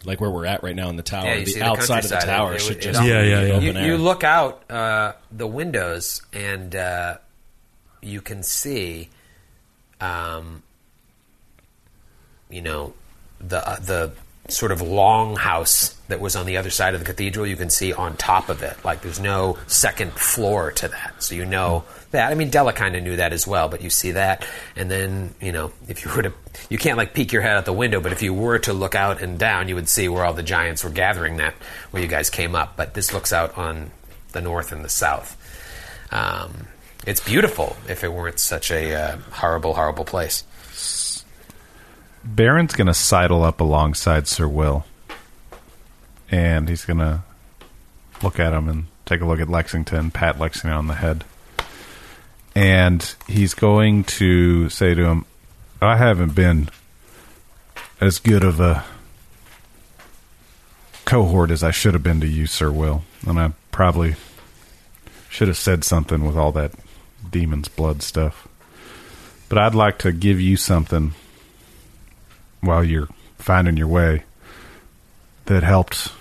Like where we're at right now in the tower.
Yeah, you
the
see
outside of the
countryside.
tower
It- it-
should
it-
just be
You,
open air.
you look out uh, the windows and uh, you can see, um, you know, the uh, the sort of long house that was on the other side of the cathedral. You can see on top of it. Like there's no second floor to that, so you know that. I mean, Della kind of knew that as well, but you see that, and then you know, if you were to, you can't like peek your head out the window, but if you were to look out and down, you would see where all the giants were gathering. That where you guys came up, but this looks out on the north and the south. Um, it's beautiful if it weren't such a uh, horrible, horrible place.
Baron's going to sidle up alongside Sir Will. And he's going to look at him and take a look at Lexington, pat Lexington on the head. And he's going to say to him, I haven't been as good of a cohort as I should have been to you, Sir Will. And I probably should have said something with all that demon's blood stuff. But I'd like to give you something while you're finding your way that helped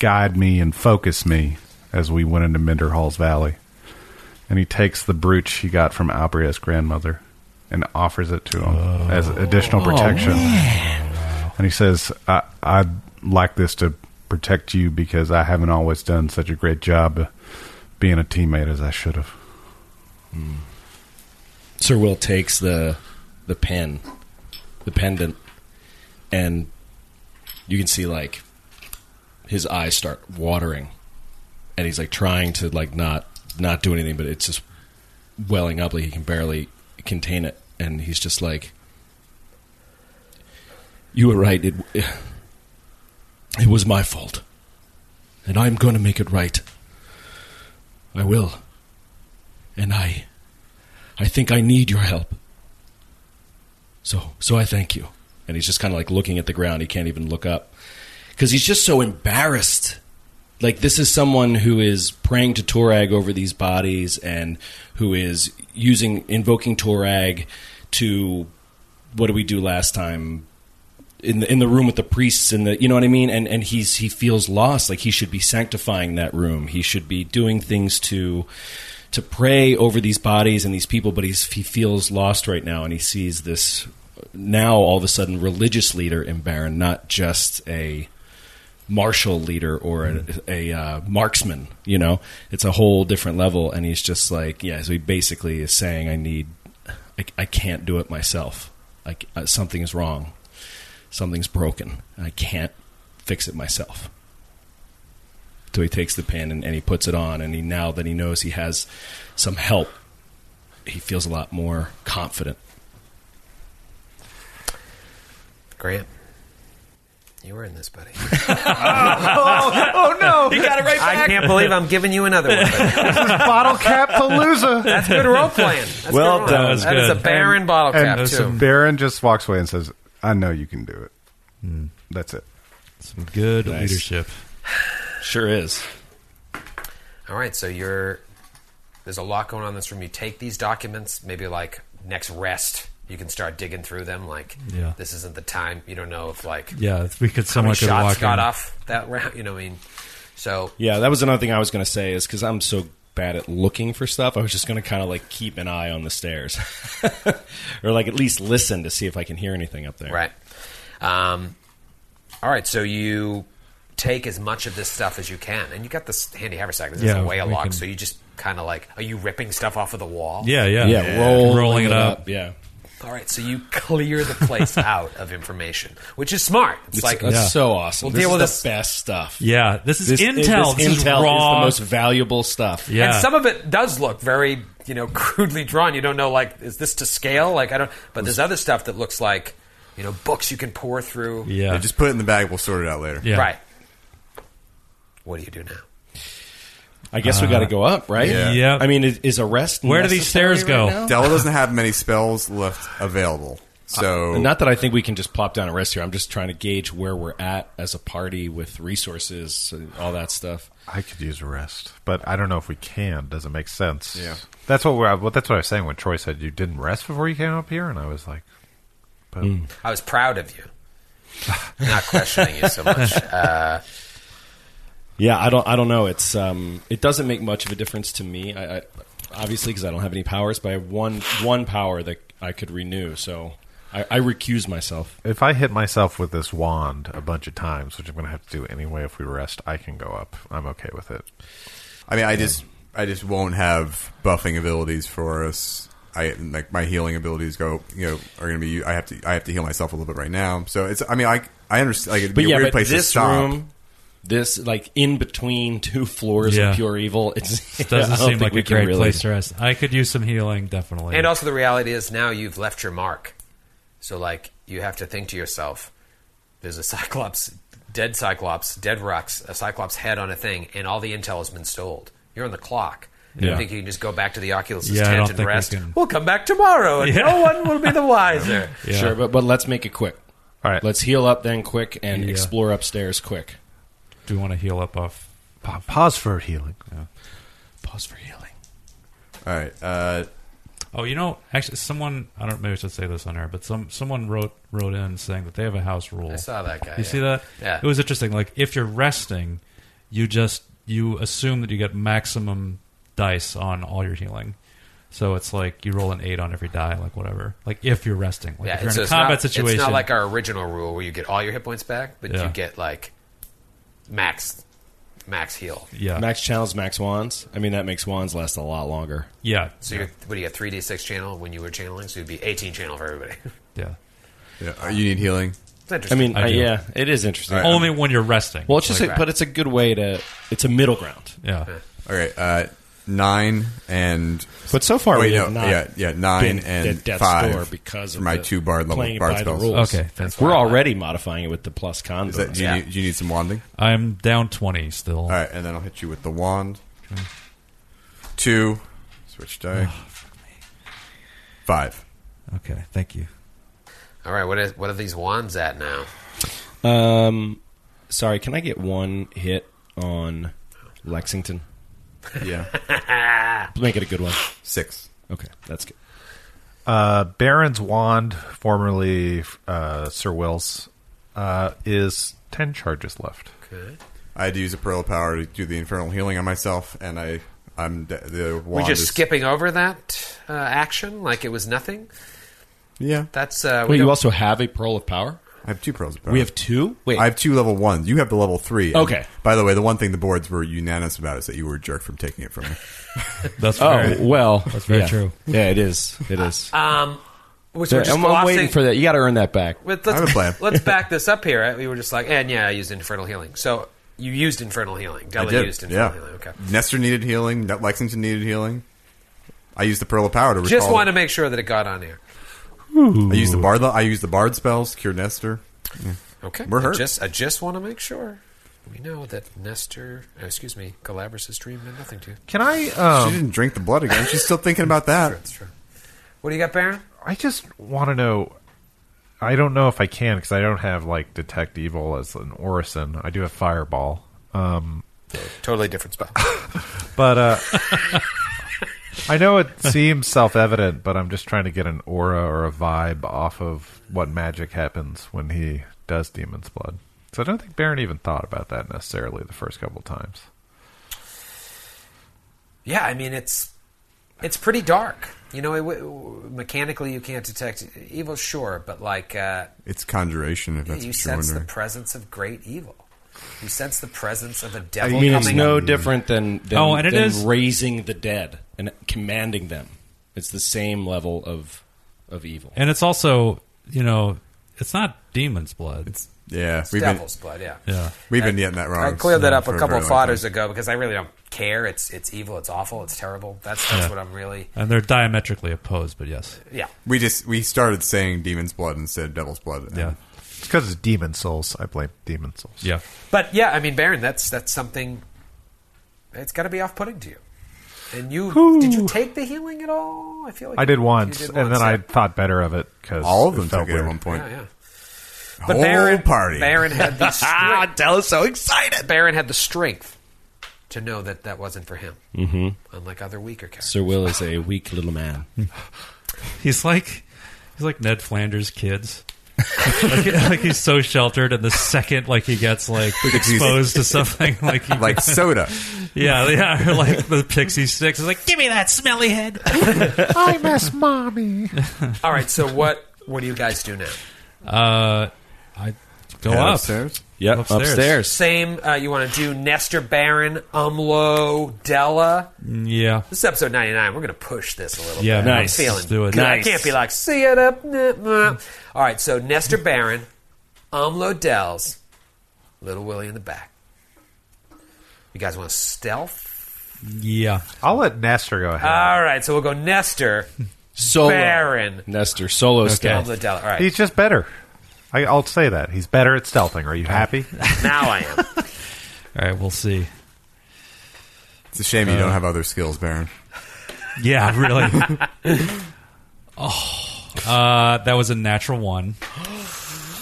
guide me and focus me as we went into Minder Hall's Valley. And he takes the brooch he got from Albria's grandmother and offers it to him as additional
Oh,
protection. and he says, I, I'd like this to protect you because I haven't always done such a great job of being a teammate as I should have.
Sir Will takes the the pen, the pendant, and you can see like his eyes start watering, and he's like trying to like not not do anything, but it's just welling up. Like he can barely contain it, and he's just like, "You were right. It it was my fault, and I'm going to make it right. I will, and I." I think I need your help. So, so I thank you. And he's just kind of like looking at the ground. He can't even look up because he's just so embarrassed. Like this is someone who is praying to Torag over these bodies and who is using invoking Torag to what did we do last time? in the, in the room with the priests and the you know what I mean and and he's he feels lost like he should be sanctifying that room he should be doing things to to pray over these bodies and these people but he's he feels lost right now and he sees this now all of a sudden religious leader in Baron not just a martial leader or a, a uh, marksman you know it's a whole different level and he's just like yeah so he basically is saying I need I, I can't do it myself like uh, something is wrong something's broken and I can't fix it myself. So he takes the pin and, and he puts it on, and he now that he knows he has some help, he feels a lot more confident.
Grant, you were in this, buddy.
oh, no.
You got it right back. I can't believe I'm giving you another one.
Bottle cap palooza.
That's good role playing. That's
Well
good role.
done. That was
That is
good.
a Baron bottle cap
and
too.
Baron just walks away and says, "I know you can do it." That's it.
Some good
Nice.
leadership.
Sure is.
All right, so you're there's a lot going on in this room. You take these documents, maybe like next rest, you can start digging through them. Like,
Yeah.
this isn't the time. You don't know if like
Yeah, if we could-
how
someone
many
could
shots
walk
got
in.
off that round. You know, what I mean, so
Yeah, that was another thing I was going to say is because I'm so bad at looking for stuff, I was just going to kind of like keep an eye on the stairs, or like at least listen to see if I can hear anything up there.
Right. Um, all right, so you take as much of this stuff as you can, and you got this handy haversack. This
Yeah,
doesn't weigh a
we
lot,
can-
so you just kind of like, are you ripping stuff off of the wall?
Yeah, yeah.
Yeah, rolling
rolling it
it
up.
up, yeah.
All right, so you clear the place out of information, which is smart. It's,
It's-
like
that's Yeah. so awesome.
We'll
This
deal
is
with
the
this
best stuff.
Yeah, this is intel. This, is
intel
raw.
the most valuable stuff.
And some of it does look very, you know, crudely drawn. You don't know, like, is this to scale? Like, I don't. But there's other stuff that looks like, you know, books you can pour through.
just put it in the bag. We'll sort it out later.
Right. What do you do now?
I guess we
Uh,
got to go up, right?
yeah.
Yeah.
I mean, is, is arrest? necessary right now?
Della doesn't have many spells left available. So
Not that I think we can just plop down and rest here. I'm just trying to gauge where we're at as a party with resources and all that stuff.
I could use a rest, but I don't know if we can. Does it make sense?
Yeah.
That's what we're. Well, that's what I was saying when Troy said you didn't rest before you came up here, and I was like, but
I was proud of you. Not questioning you so much. Uh,
Yeah, I don't. I don't know. It's um, it doesn't make much of a difference to me. I, I obviously because I don't have any powers, but I have one one power that I could renew. So I, I recuse myself.
if I hit myself with this wand a bunch of times, which I'm going to have to do anyway if we rest, I can go up. I'm okay with it.
I mean, I just I just won't have buffing abilities for us. I like my healing abilities go you know are going to be I have to I have to heal myself a little bit right now. So it's I mean I I understand like it'd be
But
a
yeah,
weird
but
place to
this
stop.
room, this like in between two floors
Yeah.
of pure evil, it's,
It doesn't
I don't
seem
think
like
we
a
can
great
really-
place to rest. I could use some healing, definitely.
and also, the reality is now you've left your mark. So, like, you have to think to yourself: there's a cyclops, dead cyclops, dead rocks, a cyclops head on a thing, and all the intel has been stolen. You're on the clock. You
Yeah.
don't think you can just go back to the Oculus
Yeah, I don't
tent and
think we
rest?
can.
We'll come back tomorrow, and
Yeah.
no one will be the wiser.
Yeah.
Sure, but but let's make it quick.
All right,
let's heal up then quick and
Yeah.
explore upstairs quick.
Do we want to heal up off?
Pa- pause for healing.
Pause for healing.
All right. Uh,
Oh, you know, actually, someone I don't maybe I should say this on air, but some someone wrote wrote in saying that they have a house rule.
I saw that guy,
You see
yeah.
that?
Yeah.
It was interesting. Like if you're resting, you just you assume that you get maximum dice on all your healing. So it's like you roll an eight on every die, like whatever. Like if you're resting, like
yeah,
if you're
so
in a
it's
combat
not,
situation,
It's not like our original rule where you get all your hit points back, but
Yeah.
you get like max, max heal.
Yeah.
Max channels, max wands. I mean, that makes wands last a lot longer.
Yeah.
So you're, what do you get? Three D six channel when you were channeling, so you'd be eighteen channel for everybody.
Yeah.
yeah, you need healing.
It's interesting.
I mean,
I
I-
do.
yeah, it is interesting.
All right. Only when you're resting.
Well, it's just,
Like-
a, but it's a good way to. It's a middle ground.
Yeah.
All right. Uh, nine and oh,
But so far
wait,
we
no,
have Oh, not
yeah yeah nine
been
and
at death's
five
door because
for
of
my
the
two bard level
playing
bard
by the
spells.
rules.
Okay, that's
we're already modifying it with the plus
Is
combo.
that, do, you need, do you need some wanding?
I'm down twenty
Oh.
still.
All right, and then I'll hit you with the wand. Two, switch die. Five.
Okay, thank you.
all right, what is what are these wands at now?
Um, sorry, can I get one hit on Lexington?
Yeah,
make it a good one.
Six.
Okay, that's good.
Uh, Baron's wand, formerly uh, Sir Will's, uh, is ten charges left.
Okay.
I had to use a pearl of power to do the infernal healing on myself, and I, I'm the, the
we
wand
just
is-
skipping over that uh, action like it was nothing.
Yeah.
That's uh,
Wait,
we
you
don't-
also have a pearl of power?
I have two pearls of power.
We have two. Wait,
I have two level ones. You have the level three. And
Okay.
By the way, the one thing the boards were unanimous about is that you were a jerk from taking it from me.
That's
oh well, yeah. Yeah, it is. It is.
Um, which we're just
I'm, I'm waiting
glossing.
for that. You got to earn that back.
But let's, let's back this up here. right? We were just like, and yeah, I used infernal healing. So you used infernal healing.
I
Della
did.
used infernal
yeah.
healing. Okay.
Nestor needed healing. Ne- Lexington needed healing. I used the pearl of power to
Just
recall
want to make sure that it got on air.
I used the bard. I used the bard spells. Cure Nestor. Yeah.
Okay.
We're hurt.
I just, I just want to make sure we know that Nestor, oh, excuse me, Calabras's dream meant nothing to you.
Can I? Um,
she didn't drink the blood again. She's still thinking about that.
What do you got, Baron?
I just want to know. I don't know if I can because I don't have like detect evil as an orison. I do have fireball. Um,
Totally different spell.
but uh, I know it seems self-evident, but I'm just trying to get an aura or a vibe off of what magic happens when he does demon's blood. So I don't think Baron even thought about that necessarily the first couple of times.
Yeah, I mean it's it's pretty dark. You know, it, w- w- mechanically you can't detect evil, sure, but like uh,
It's conjuration. If that's
you
what you're
sense the
wondering.
presence of great evil. You sense the presence
Uh,
of a
I
devil.
mean, it's
coming-
no different than, than,
Oh, and it
than
is-
raising the dead and commanding them. It's the same level of of evil.
And it's also, you know, it's not demon's blood. It's
yeah,
It's devil's blood. Yeah,
yeah.
We've been
And
getting that wrong.
I cleared that up
for
a couple
very
of
long
fodders ago because I really don't care. It's it's evil. It's awful. It's terrible. That's that's
Yeah.
what I'm really.
And they're diametrically opposed, but yes.
Yeah.
We just we started saying demon's blood instead of devil's blood. and
Yeah.
It's because it's demon souls. I blame demon souls.
Yeah.
But yeah, I mean, Baron, that's that's something. It's got to be off-putting to you. And you did you take the healing at all? I feel like
I did
you
once,
did
and then
once,
I
yeah.
thought better of it because
All of them
felt
took it at
weird.
one point.
Yeah, yeah.
Whole party.
Baron had the
Ah,
strength.
Del is so excited.
Baron had the strength to know that that wasn't for him.
hmm
Unlike other weaker characters.
Sir Will is a weak little man.
He's like he's like Ned Flanders' kids. like, like he's so sheltered, and the second like he gets like
he's-
exposed to something, like he,
Like soda.
yeah, yeah, or like the pixie sticks, is like give me that smelly head.
I miss mommy.
All right, so what what do you guys do now?
Uh, I go
Head
up.
upstairs.
Yep,
Upstairs.
Same, uh, you want to do Nestor Baron, Umlo, Della.
Yeah,
This is episode 99. We're going to push this a little
Yeah,
bit.
nice.
I'm feeling
Let's do it.
good.
Nice.
I can't be like, see it up. nah, nah." All right, so Nestor Baron, Umlo Dells, Little Willie in the back. You guys want stealth?
yeah.
I'll let Nestor go ahead.
All right, so we'll go Nestor,
Solo.
Baron,
Nestor, solo stealth.
Umlo Dells. All right,
He's just better. I, I'll say that he's better at stealthing. Are you happy?
now I am.
All right, we'll see.
It's a shame you don't have other skills, Baron.
Yeah, really. oh, uh, that was a natural one.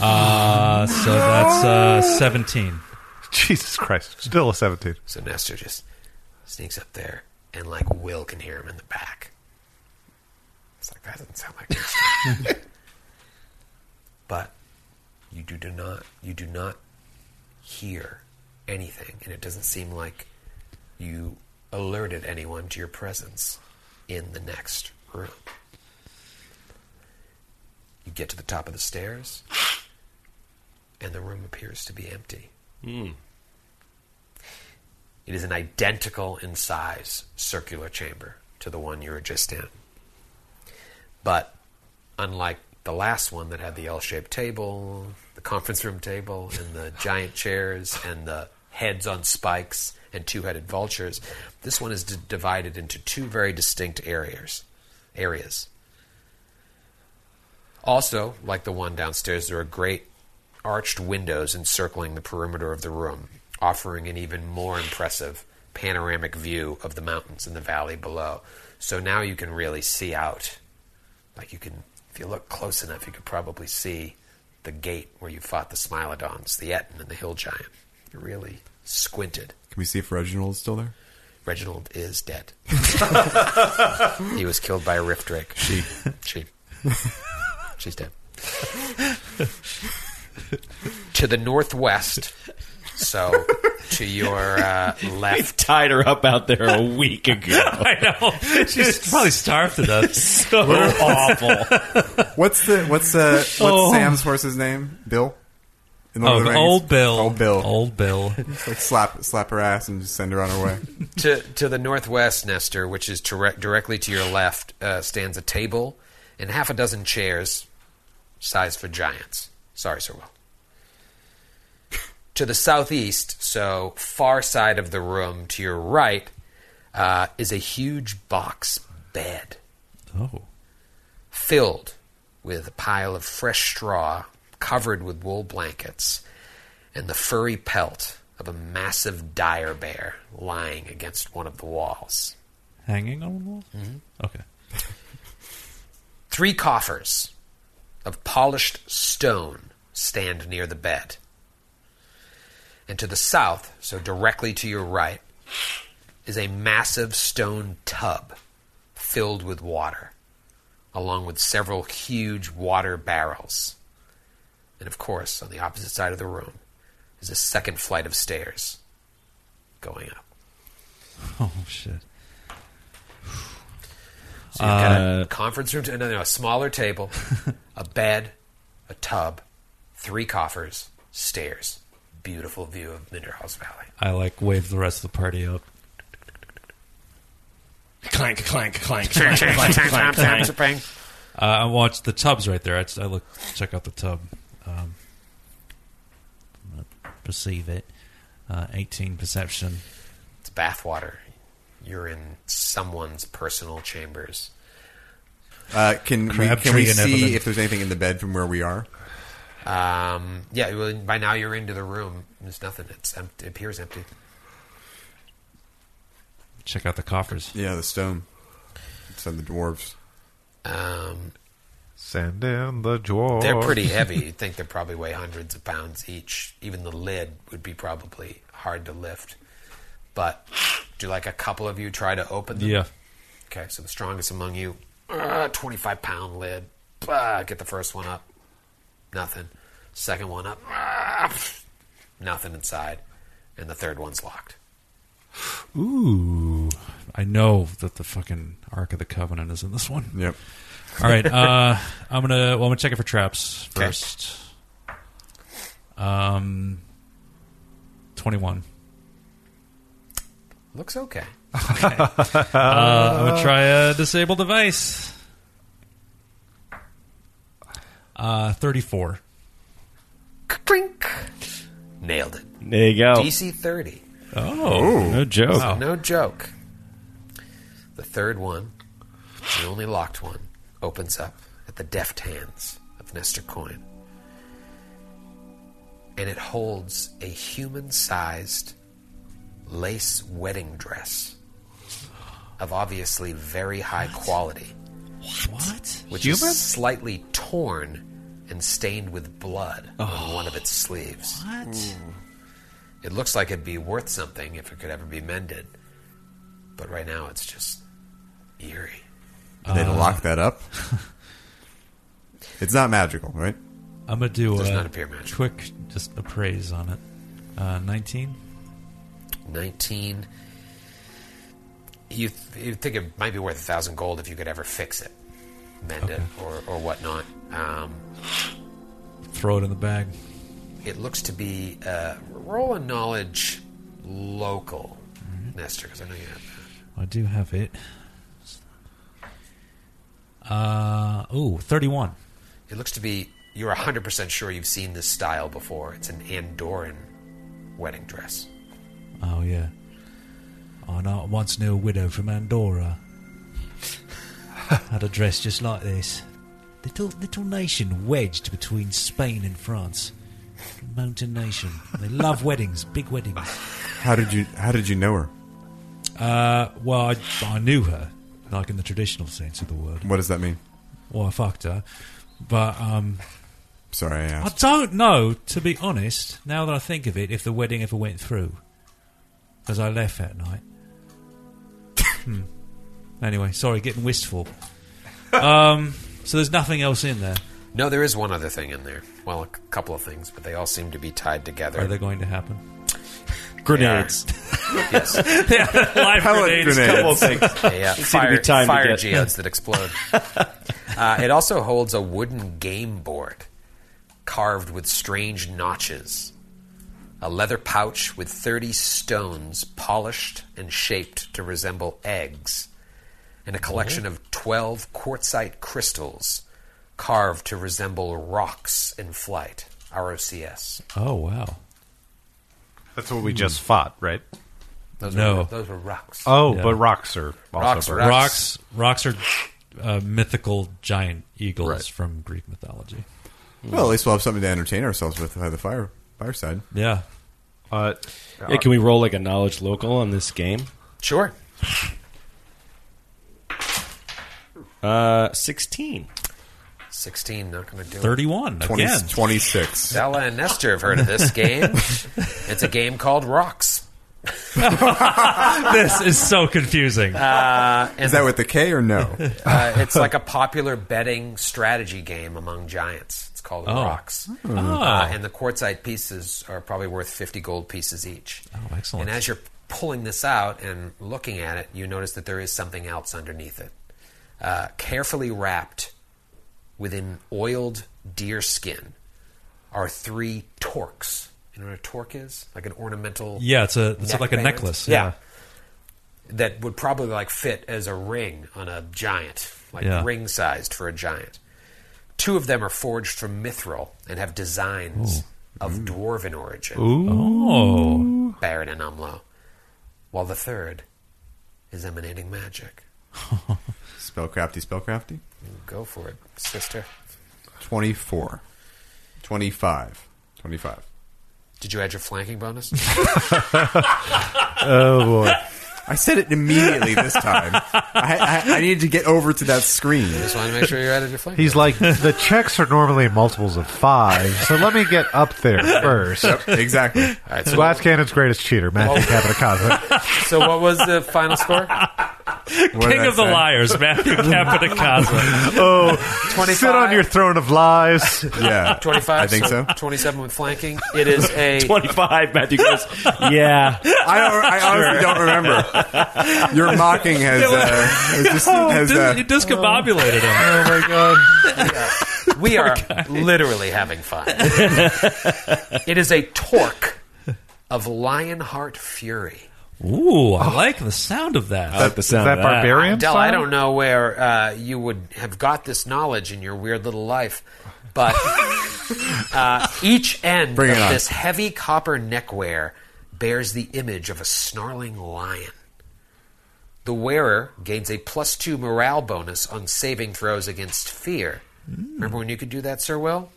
Uh, so that's uh, seventeen.
Jesus Christ! Still a seventeen.
So Nestor just sneaks up there, and like Will can hear him in the back. It's like that doesn't sound like Nestor. but you do, do not you do not hear anything, and it doesn't seem like you alerted anyone to your presence in the next room. You get to the top of the stairs, and the room appears to be empty. It is an identical in size circular chamber to the one you were just in. But unlike the last one that had the L shaped table, the conference room table, and the giant chairs, and the heads on spikes, and two headed vultures, this one is d- divided into two very distinct areas. areas. Also, like the one downstairs, there are great arched windows encircling the perimeter of the room, offering an even more impressive panoramic view of the mountains and the valley below. So now you can really see out. Like you can, if you look close enough, you could probably see the gate where you fought the Smilodons, the Etin, and the Hill Giant. You're really squinted.
Can we see if Reginald is still there?
Reginald is dead. he was killed by a rift drake. She. She. She's dead. to the northwest. So to your uh,
We
left.
tied her up out there a week ago.
know. She's probably starved to death.
so
We're-
awful.
What's the what's uh what's
Oh.
Sam's horse's name? Bill. In Lord of
Oh,
the Rings?
old Bill.
Old Bill.
Old Bill.
Just, like slap slap her ass and just send her on her way.
to to the northwest, Nestor, which is direct, directly to your left, uh, stands a table and half a dozen chairs, size for giants. Sorry, Sir Will. To the southeast, so far side of the room, to your right, uh, is a huge box bed
Oh.
filled with a pile of fresh straw covered with wool blankets and the furry pelt of a massive dire bear lying against one of the walls.
Hanging on the wall? Mm-hmm. Okay.
Three coffers of polished stone stand near the bed. And to the south, so directly to your right, is a massive stone tub filled with water, along with several huge water barrels. And of course, on the opposite side of the room is a second flight of stairs going up.
Oh, shit.
So you've got a conference room, no, no, no, a smaller table, a bed, a tub, three coffers, stairs. Beautiful view of Minderhaus Valley.
I, like, wave the rest of the party up.
clank, clank, clank, clank, clank, clank, clank.
Uh, I watched the tubs right there. I, I look, check out the tub. Um, perceive it. Uh, 18 perception.
It's bathwater. You're in someone's personal chambers.
Uh, can we,
Crabtree
can we
and Evelyn.
see if there's anything in the bed from where we are?
Um, yeah, well, by now you're into the room. There's nothing. It's empty. It appears empty.
Check out the coffers.
Yeah, the stone. Send the dwarves.
Um,
Send in the dwarves.
they're pretty heavy. You'd think they probably weigh hundreds of pounds each. Even the lid would be probably hard to lift. But do like a couple of you try to open them?
Yeah.
Okay, so the strongest among you, uh, 25 pound lid. Uh, get the first one up. Nothing. Second one up. Uh, nothing inside. And the third one's locked.
Ooh. I know that the fucking Ark of the Covenant is in this one.
Yep.
All right, uh, I'm gonna. Well, I'm gonna check it for traps first. Um, twenty-one.
Looks okay.
Uh, I'm gonna try a disable device. Uh, thirty-four.
Clink. Nailed it.
There you go.
DC 30.
Oh,
No joke.
Wow.
No joke. The third one, the only locked one, opens up at the deft hands of Nestor Coin. And it holds a human sized lace wedding dress of obviously very high quality,
what?
which is slightly torn and stained with blood on one of its sleeves.
What?
It looks like it'd be worth something if it could ever be mended. But right now it's just eerie.
Did they lock that up? it's not magical, right?
I'm gonna do
Does
a
not appear magical.
quick just appraise on it. Uh, Nineteen.
19. You, th- you think it might be worth a thousand gold if you could ever fix it, mend it, or, or whatnot. Um,
Throw it in the bag.
it looks to be uh, roll a knowledge local, Nestor, because I know you have that.
I do have it. Uh, ooh, 31.
It looks to be, you're 100% sure you've seen this style before. It's an Andoran wedding dress.
Oh, yeah. Oh, I know, once knew a widow from Andorra. Had a dress just like this. Little, little nation wedged between Spain and France. Mountain nation. They love weddings, big weddings.
How did you How did you know her?
Uh, well, I, I knew her, like in the traditional sense of the word.
What does that mean?
Well, I fucked her. But, um,
Sorry, I
I
asked.
don't know, to be honest, now that I think of it, if the wedding ever went through. Because I left that night. hmm. Anyway, sorry, getting wistful. Um, so there's nothing else in there.
No, there is one other thing in there. Well, a c- couple of things, but they all seem to be tied together.
Are they going to happen?
Grenades. yes.
Yeah, live Pellet grenades, grenades. couple of things.
Yeah, yeah.
Seem to be
Fire,
timed
fire
together.
geodes that explode. Uh, it also holds a wooden game board carved with strange notches, a leather pouch with 30 stones polished and shaped to resemble eggs, and a collection
Mm-hmm.
of 12 quartzite crystals carved to resemble rocks in flight, ROCS.
Oh wow,
that's what we just fought, right?
Those
No.
were, those were rocks.
Oh,
Yeah.
but rocks are also
Rocks,
birds.
Rocks, rocks are uh, mythical giant eagles from Greek mythology.
Well, at least we'll have something to entertain ourselves with by the fire fireside.
Yeah.
Uh,
Yeah, can we roll like a knowledge local on this game?
Sure.
Uh, sixteen.
16, not going to do it.
31, 20 again.
26.
Stella and Nestor have heard of this game. it's a game called Rocks.
this is so confusing.
Uh, and
Is that with the K or no?
uh, it's like a popular betting strategy game among giants. It's called
Oh.
Rocks.
Hmm.
Ah.
Uh,
Oh.
and the quartzite pieces are probably worth 50 gold pieces each.
Oh, excellent.
And as you're pulling this out and looking at it, you notice that there is something else underneath it. Uh, carefully wrapped within oiled deer skin are three torques. You know what a torque is? Like an ornamental.
Yeah, it's a- it's like a
neckband.
necklace, yeah.
That would probably like fit as a ring on a giant, like
Yeah.
ring sized for a giant. Two of them are forged from mithril and have designs of
Mm.
dwarven origin.
Ooh.
Barrett and Umlo. While the third is emanating magic.
Spellcrafty, spellcrafty.
Go for it, sister.
24. 25. 25.
Did you add your flanking bonus?
oh, boy. I said it immediately this time. I, I, I needed to get over to that screen.
Just wanted to make sure you added your flanking.
He's like, the checks are normally multiples of five, so let me get up there first.
Yep, exactly.
right, so-
Glass Cannon's greatest cheater, Matthew
Oh.
Capitacasa.
so what was the final score?
King of the liars, Matthew Capitacasa.
oh,
25?
sit on your throne of lies.
Yeah.
25.
I think so.
27 with flanking. It is a
25, Matthew goes, yeah.
I, don't, I honestly don't remember. Your mocking has, uh, has just. Has, uh,
Oh, you discombobulated him.
Oh, my God.
We are literally having fun. it is a torque of Lionheart Fury.
Ooh, I like the sound of that.
I like the sound Is that of that. barbarian
Dell, I don't know where uh, you would have got this knowledge in your weird little life, but uh, each end
Bring
of
it on.
this heavy copper neckwear bears the image of a snarling lion. The wearer gains a plus two morale bonus on saving throws against fear. Remember when you could do that, Sir Will?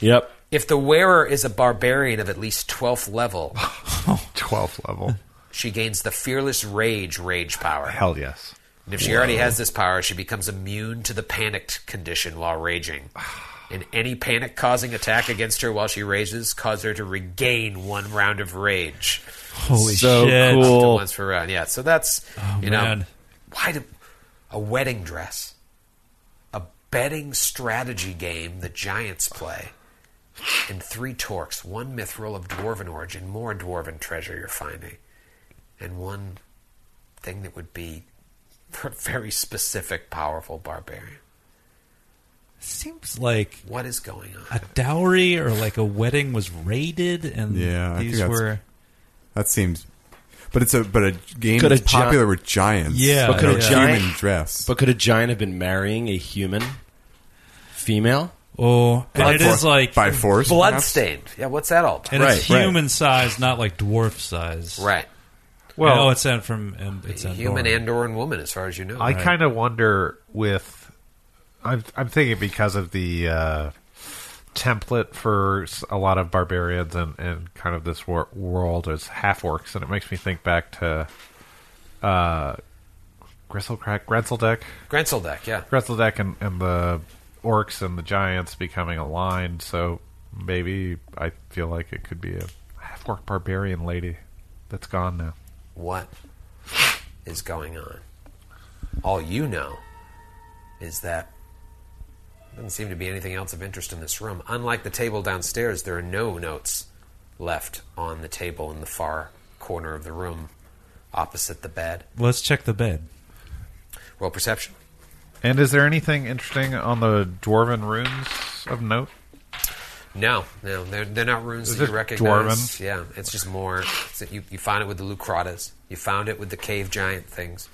Yep.
If the wearer is a barbarian of at least 12th level,
12th level.
she gains the Fearless Rage rage power.
Hell yes.
And if she already has this power, she becomes immune to the panicked condition while raging. And any panic causing attack against her while she rages cause her to regain one round of rage.
Holy
So
shit.
Up to
cool.
once per round. Yeah, so that's, you know,
man.
why do, a wedding dress, a betting strategy game the giants play, and three torques, one mithril of dwarven origin, more dwarven treasure you're finding, and one thing that would be for a very specific, powerful barbarian.
Seems like
What is going on?
a dowry or like a wedding was raided and
Yeah, I
these
think that's-
were
That seems. But it's a but a game
Could a
that's
gi-
popular with giants.
Yeah,
But could,
no
a giant,
human dress.
but could a giant have been marrying a human female?
oh and it is like
by force. perhaps?
Bloodstained. Yeah, what's that all?
and it's
Right, right.
human size not like dwarf size
Right.
well
Well-
it's sent from and it's
Human
Andorran.
Andoran woman, as far as you know.
I kind of wonder with I'm I'm thinking because of the uh, template for s- a lot of barbarians and, and kind of this wor- world is half orcs, and it makes me think back to uh, Gristlecrack Grenzeldeck,
Grenzeldeck, yeah.
Grenzeldeck, and, and the orcs and the giants becoming aligned. So maybe I feel like it could be a half orc barbarian lady that's gone now.
what is going on. All you know is that Doesn't seem to be anything else of interest in this room. Unlike the table downstairs, there are no notes left on the table in the far corner of the room, opposite the bed.
Let's check the bed.
Well, perception.
And is there anything interesting on the dwarven runes of note?
No, no, they're, they're not runes
Is
that you
this
recognize. Yeah, it's just more. it's that you, you found it with the Lucratas. You found it with the cave giant things.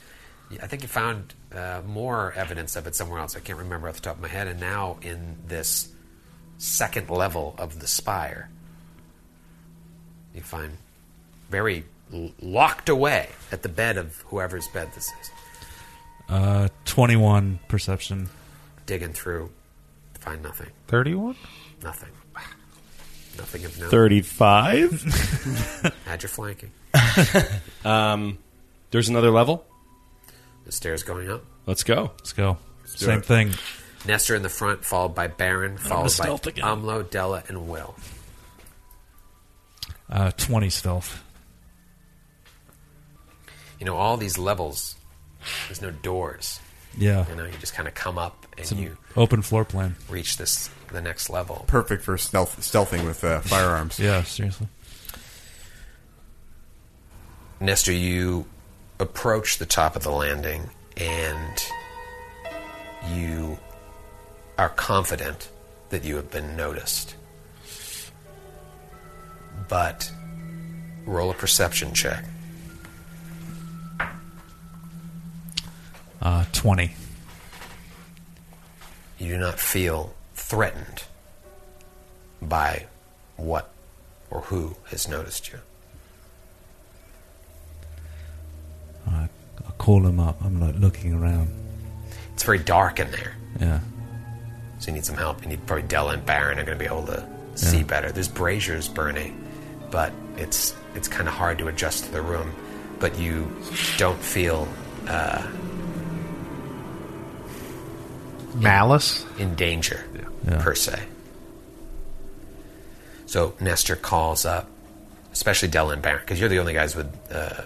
You- I think you found uh, more evidence of it somewhere else. I can't remember off the top of my head. And now in this second level of the spire, you find very l- locked away at the bed of whoever's bed this is.
Uh, 21 perception.
Digging through, find nothing.
31?
Nothing. Nothing of note.
35?
Add your flanking.
Um, there's another level.
The stairs going up.
Let's go.
Let's go.
Let's do
Same
it.
thing.
Nestor in the front, followed by Baron, followed by
stealth again.
Amlo, Della, and Will.
Uh, 20 stealth.
You know, all these levels, there's no doors.
Yeah.
You know, you just kind of come up and
It's an
you
open floor plan.
reach this the next level.
Perfect for stealth, stealthing with uh, firearms.
Yeah, seriously.
Nestor, you approach the top of the landing and you are confident that you have been noticed. But roll a perception check.
Uh, 20.
you do not feel threatened by what or who has noticed you.
I, I call him up. I'm like looking around.
It's very dark in there,
Yeah.
so you need some help. You need probably Della and Baron are going to be able to see better. There's braziers burning, but it's it's kind of hard to adjust to the room. But you don't feel uh,
Malice?
in danger
Yeah.
per se. So Nestor calls up, especially Della and Baron, because you're the only guys with uh,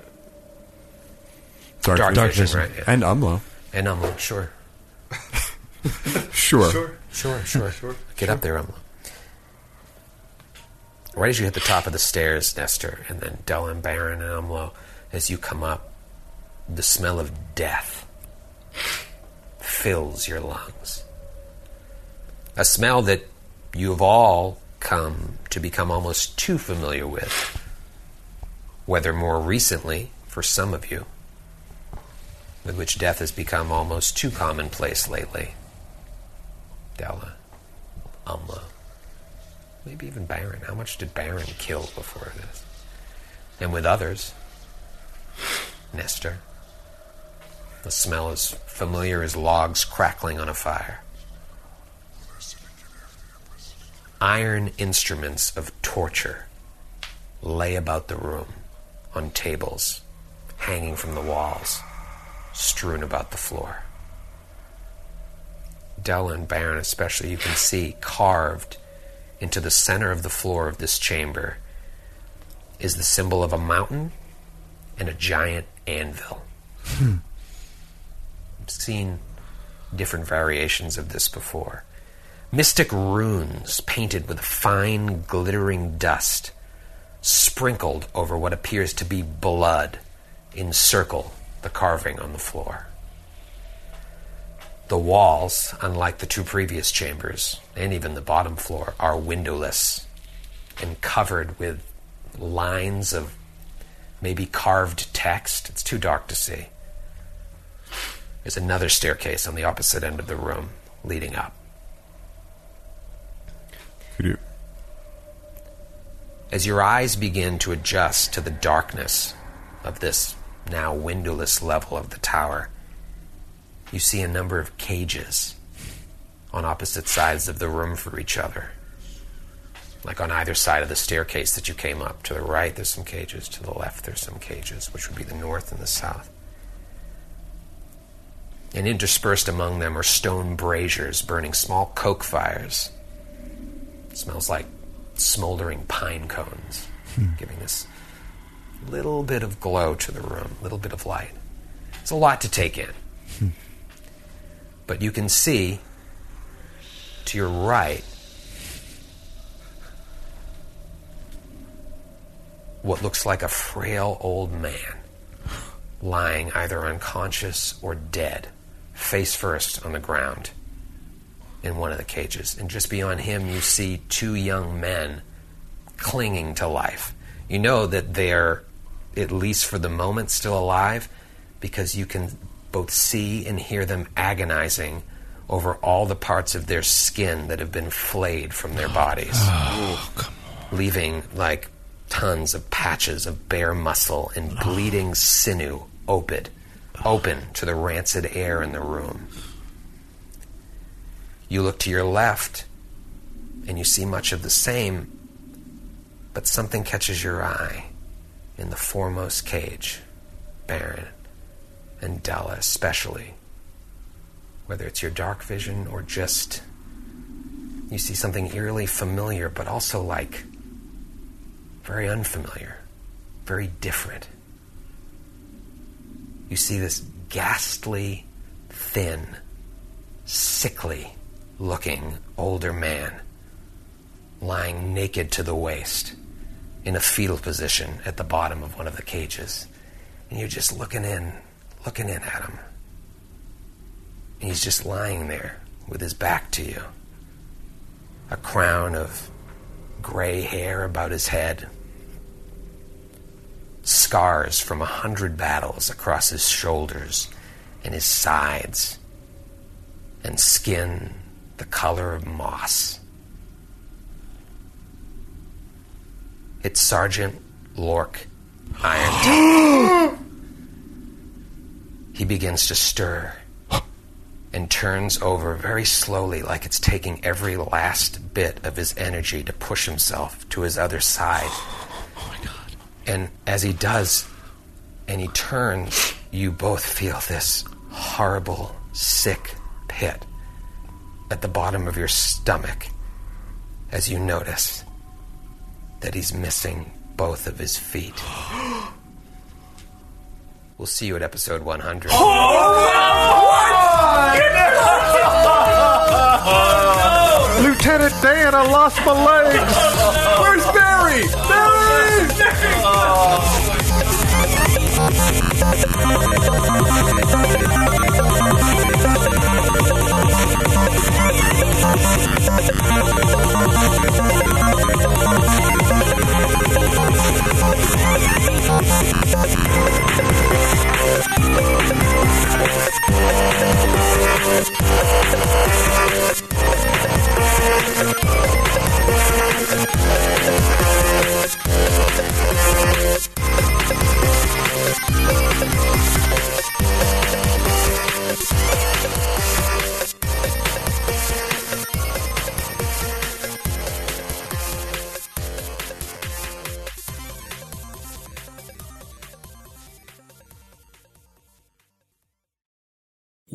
Dark,
Dark
vision,
vision, right, yeah.
And Umlo.
And Umlo, sure.
Sure.
Sure, sure. Get up there, Umlo. Right as you hit the top of the stairs, Nestor, and then Del and Baron and Umlo, as you come up, the smell of death fills your lungs. A smell that you have all come to become almost too familiar with, whether more recently, for some of you, with which death has become almost too commonplace lately. Della, Umla, maybe even Baron. How much did Baron kill before this? And with others, Nestor. The smell is familiar as logs crackling on a fire. Iron instruments of torture lay about the room, on tables, hanging from the walls, strewn about the floor. Della and Baron, especially, you can see carved into the center of the floor of this chamber is the symbol of a mountain and a giant anvil. I've seen different variations of this before. Mystic runes painted with a fine, glittering dust, sprinkled over what appears to be blood, encircle the carving on the floor. The walls, unlike the two previous chambers, and even the bottom floor, are windowless and covered with lines of maybe carved text. It's too dark to see. There's another staircase on the opposite end of the room leading up. As your eyes begin to adjust to the darkness of this now windowless level of the tower, you see a number of cages on opposite sides of the room for each other. Like on either side of the staircase that you came up. To the right, there's some cages. To the left, there's some cages, which would be the north and the south. And interspersed among them are stone braziers burning small coke fires. smells like smoldering pine cones, giving this little bit of glow to the room, little bit of light. It's a lot to take in. But you can see to your right. What looks like a frail old man lying either unconscious or dead, face first on the ground in one of the cages. And just beyond him, you see two young men clinging to life. You know that they're, at least for the moment, still alive because you can both see and hear them agonizing over all the parts of their skin that have been flayed from their bodies, leaving like tons of patches of bare muscle and bleeding sinew open, open to the rancid air in the room. You look to your left and you see much of the same, but something catches your eye in the foremost cage, Baron, and Della especially. Whether it's your dark vision or just. You see something eerily familiar, but also like very unfamiliar, very different. You see this ghastly, thin, sickly looking older man lying naked to the waist in a fetal position at the bottom of one of the cages. And you're just looking in, looking in at him. And he's just lying there with his back to you. A crown of gray hair about his head, scars from a hundred battles across his shoulders and his sides, and skin the color of moss. It's Sergeant Lork Iron. he begins to stir and turns over very slowly, like it's taking every last bit of his energy to push himself to his other side. And as he does, and he turns, you both feel this horrible, sick pit at the bottom of your stomach as you notice that he's missing both of his feet. we'll see you at episode 100.
Lieutenant Dan, I lost my legs. Where's Barry?